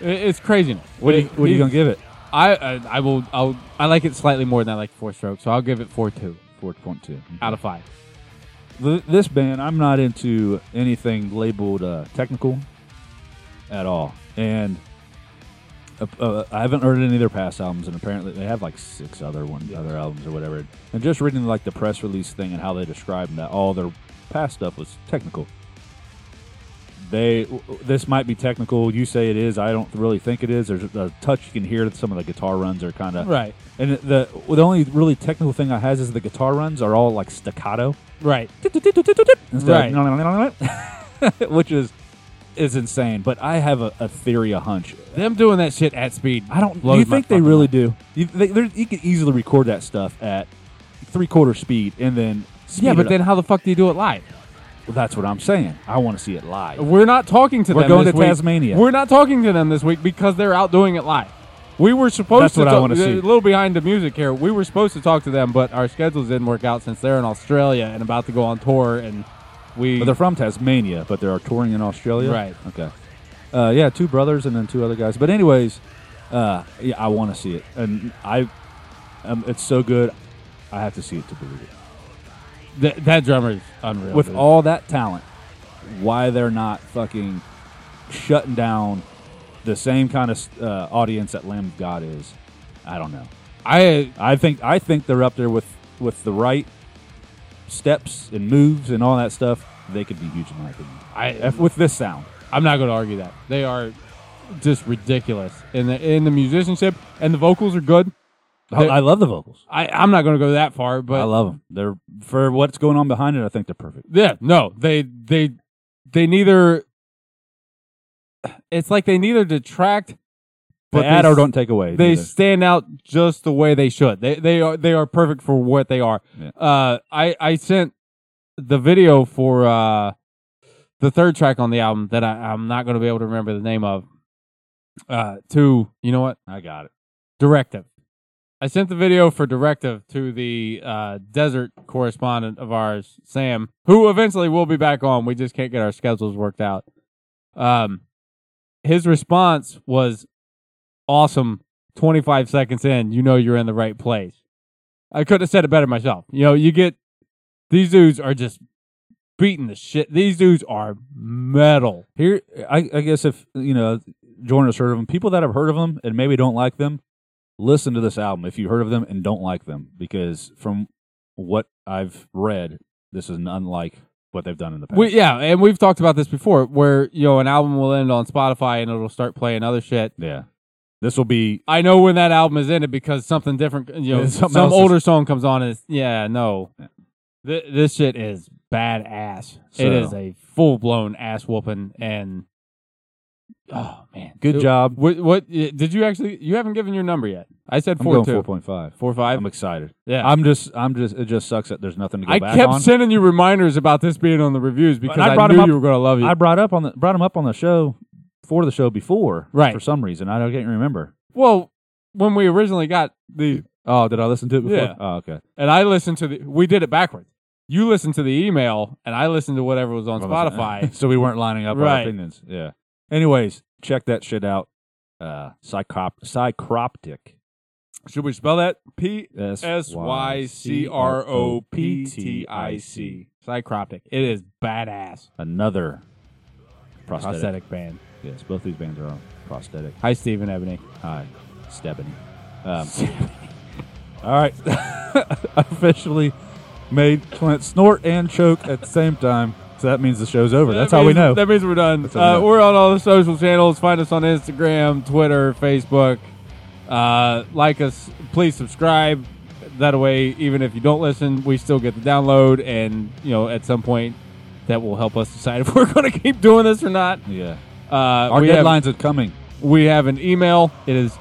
[SPEAKER 2] It, it's craziness.
[SPEAKER 1] What are you,
[SPEAKER 2] It-
[SPEAKER 1] what are you
[SPEAKER 2] he's-
[SPEAKER 1] gonna give it?
[SPEAKER 2] I, I I will I'll I like it slightly more than I like four stroke, so I'll give it four two
[SPEAKER 1] Four point two
[SPEAKER 2] out of five.
[SPEAKER 1] Th- this band, I'm not into anything labeled uh, technical at all, and uh, uh, I haven't heard any of their past albums, and apparently they have like six other one other albums or whatever. And just reading like the press release thing and how they described that all their past stuff was technical. They w- w- this might be technical. You say it is. I don't really think it is. There's a touch you can hear that some of the guitar runs are kind of
[SPEAKER 2] Right.
[SPEAKER 1] And the the only really technical thing I has is the guitar runs are all like staccato
[SPEAKER 2] Right.
[SPEAKER 1] instead of which is is insane. But I have a, a theory, a hunch.
[SPEAKER 2] Them doing that shit at speed.
[SPEAKER 1] I don't. Do
[SPEAKER 2] blows
[SPEAKER 1] you
[SPEAKER 2] my
[SPEAKER 1] think they
[SPEAKER 2] fucking
[SPEAKER 1] really
[SPEAKER 2] mind.
[SPEAKER 1] do? You, they, they're- you could easily record that stuff at three quarter speed and then. speed
[SPEAKER 2] Yeah,
[SPEAKER 1] it
[SPEAKER 2] but
[SPEAKER 1] up.
[SPEAKER 2] then how the fuck do you do it live?
[SPEAKER 1] Well, that's what I'm saying. I want to see it live.
[SPEAKER 2] We're not talking to
[SPEAKER 1] We're
[SPEAKER 2] them.
[SPEAKER 1] going
[SPEAKER 2] this
[SPEAKER 1] to
[SPEAKER 2] week.
[SPEAKER 1] Tasmania.
[SPEAKER 2] We're not talking to them this week because they're out doing it live. We were supposed
[SPEAKER 1] That's
[SPEAKER 2] to.
[SPEAKER 1] what I
[SPEAKER 2] talk- uh,
[SPEAKER 1] wanna
[SPEAKER 2] a
[SPEAKER 1] see.
[SPEAKER 2] little behind the music here. We were supposed to talk to them, but our schedules didn't work out since they're in Australia and about to go on tour, and we
[SPEAKER 1] But they're from Tasmania, but they are touring in Australia.
[SPEAKER 2] Right.
[SPEAKER 1] Okay. Uh, yeah, two brothers and then two other guys. But anyways, uh, yeah, I want to see it, and I, um, it's so good. I have to see it to believe it.
[SPEAKER 2] th- that drummer is unreal.
[SPEAKER 1] with
[SPEAKER 2] dude.
[SPEAKER 1] all that talent, why they're not fucking shutting down the same kind of uh, audience that Lamb of God is? I don't know.
[SPEAKER 2] I
[SPEAKER 1] I think I think they're up there with with the right steps and moves and all that stuff. They could be huge in my opinion.
[SPEAKER 2] I
[SPEAKER 1] If- with this sound,
[SPEAKER 2] I'm not going to argue that they are just ridiculous in the in the musicianship and the vocals are good.
[SPEAKER 1] I,
[SPEAKER 2] They're-
[SPEAKER 1] I love the vocals.
[SPEAKER 2] I I'm not going to go that far, but
[SPEAKER 1] I love them. They're for what's going on behind it. I think they're perfect.
[SPEAKER 2] Yeah, no, they they they neither. It's like they neither detract,
[SPEAKER 1] But
[SPEAKER 2] but
[SPEAKER 1] they add or
[SPEAKER 2] s-
[SPEAKER 1] don't take away.
[SPEAKER 2] They
[SPEAKER 1] neither.
[SPEAKER 2] stand out just the way they should. They they are they are perfect for what they are.
[SPEAKER 1] Yeah.
[SPEAKER 2] Uh, I I sent the video for uh the third track on the album that I, I'm not going to be able to remember the name of. Uh, to you know what
[SPEAKER 1] I got it.
[SPEAKER 2] directive. I sent the video for directive to the uh, desert correspondent of ours, Sam, who eventually will be back on. We just can't get our schedules worked out. Um, his response was awesome. 25 seconds in, you know you're in the right place. I couldn't have said it better myself. You know, you get these dudes are just beating the shit. These dudes are metal.
[SPEAKER 1] Here, I, I guess if you know, Jordan has heard of them. People that have heard of them and maybe don't like them, listen to this album if you heard of them and don't like them, because from what I've read, this is unlike what they've done in the past.
[SPEAKER 2] We, yeah, and we've talked about this before, where you know an album will end on Spotify and it'll start playing other shit,
[SPEAKER 1] yeah, This will be
[SPEAKER 2] I know when that album is in it because something different, you know,
[SPEAKER 1] Yeah,
[SPEAKER 2] some
[SPEAKER 1] something else is-
[SPEAKER 2] older song comes on and it's, yeah, no. Th- this shit is badass. It
[SPEAKER 1] So-
[SPEAKER 2] is a full blown ass whooping and oh man.
[SPEAKER 1] good
[SPEAKER 2] It-
[SPEAKER 1] job.
[SPEAKER 2] What, what did you actually you haven't given your number yet. I said
[SPEAKER 1] I'm
[SPEAKER 2] 4
[SPEAKER 1] going
[SPEAKER 2] 2.
[SPEAKER 1] four point five.
[SPEAKER 2] Four, five.
[SPEAKER 1] I'm excited.
[SPEAKER 2] yeah.
[SPEAKER 1] I'm just I'm just it just sucks that there's nothing to go
[SPEAKER 2] I
[SPEAKER 1] back
[SPEAKER 2] kept
[SPEAKER 1] on.
[SPEAKER 2] sending you reminders about this being on the reviews because
[SPEAKER 1] I
[SPEAKER 2] I,
[SPEAKER 1] brought 'em
[SPEAKER 2] knew
[SPEAKER 1] up-
[SPEAKER 2] you were going to love it.
[SPEAKER 1] I brought up on the brought him up on the show for the show before
[SPEAKER 2] Right.
[SPEAKER 1] for some reason. I don't can't remember.
[SPEAKER 2] well, when we originally got the
[SPEAKER 1] Oh, did I listen to it before?
[SPEAKER 2] Yeah.
[SPEAKER 1] Oh, okay.
[SPEAKER 2] and I listened to the we did it backwards. You listened to the email and I listened to whatever was on Spotify.
[SPEAKER 1] so we weren't lining up our
[SPEAKER 2] Right.
[SPEAKER 1] opinions. Yeah. Anyways, check that shit out. Uh psychop psychroptic.
[SPEAKER 2] Should we spell that? P
[SPEAKER 1] S
[SPEAKER 2] S Y C R O P T I C. Psychroptic. It is badass.
[SPEAKER 1] Another prosthetic.
[SPEAKER 2] Prosthetic band.
[SPEAKER 1] Yes, both these bands are on prosthetic.
[SPEAKER 2] Hi Stephen Ebony.
[SPEAKER 1] Hi, Stebbany. Um, all right. Officially made Clint snort and choke at the same time. So that means the show's over. That's
[SPEAKER 2] That
[SPEAKER 1] how we
[SPEAKER 2] means-
[SPEAKER 1] know.
[SPEAKER 2] That means we're done.
[SPEAKER 1] how we
[SPEAKER 2] Uh,
[SPEAKER 1] know.
[SPEAKER 2] we're on all the social channels. Find us on Instagram, Twitter, Facebook. Uh, like us. Please subscribe. That way, even if you don't listen, we still get the download. And, you know, at some point, that will help us decide if we're going to keep doing this or not.
[SPEAKER 1] yeah.
[SPEAKER 2] Uh,
[SPEAKER 1] Our
[SPEAKER 2] we have-
[SPEAKER 1] deadlines are coming.
[SPEAKER 2] We have an email. It is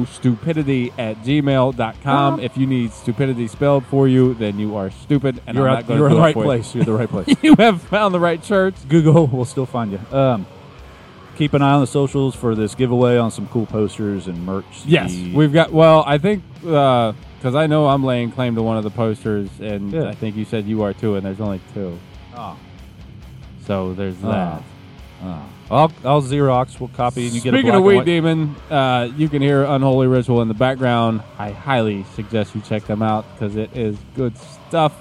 [SPEAKER 2] eostupidity at gmail.com. If you need stupidity spelled for you, then you are stupid. And
[SPEAKER 1] You're,
[SPEAKER 2] I'm
[SPEAKER 1] at-
[SPEAKER 2] not going
[SPEAKER 1] you're
[SPEAKER 2] to
[SPEAKER 1] in the
[SPEAKER 2] do it
[SPEAKER 1] right
[SPEAKER 2] for you.
[SPEAKER 1] place. You're the right place.
[SPEAKER 2] You have found the right church.
[SPEAKER 1] Google will still find you. Um, keep an eye on the socials for this giveaway on some cool posters and merch.
[SPEAKER 2] Yes. We've got, well, I think, because I know I'm laying claim to one of the posters, and
[SPEAKER 1] Yeah.
[SPEAKER 2] I think you said you are too, and there's only two.
[SPEAKER 1] Oh.
[SPEAKER 2] So there's
[SPEAKER 1] Oh.
[SPEAKER 2] that.
[SPEAKER 1] I'll, I'll Xerox. We'll copy and you get a
[SPEAKER 2] Speaking
[SPEAKER 1] black
[SPEAKER 2] of
[SPEAKER 1] and
[SPEAKER 2] Weed
[SPEAKER 1] white-
[SPEAKER 2] Demon, uh, you can hear Unholy Ritual in the background. I highly suggest you check them out because it is good stuff,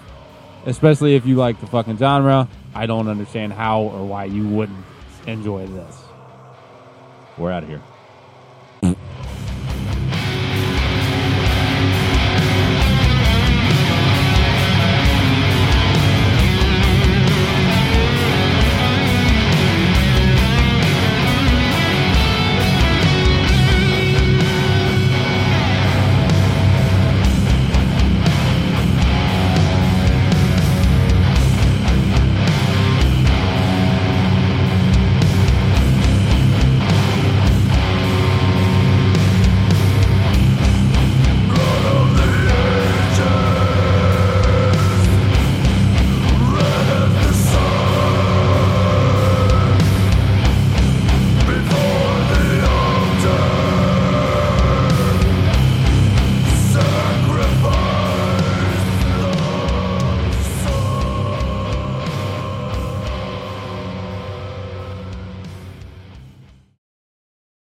[SPEAKER 2] especially if you like the fucking genre. I don't understand how or why you wouldn't enjoy this.
[SPEAKER 1] We're out of here.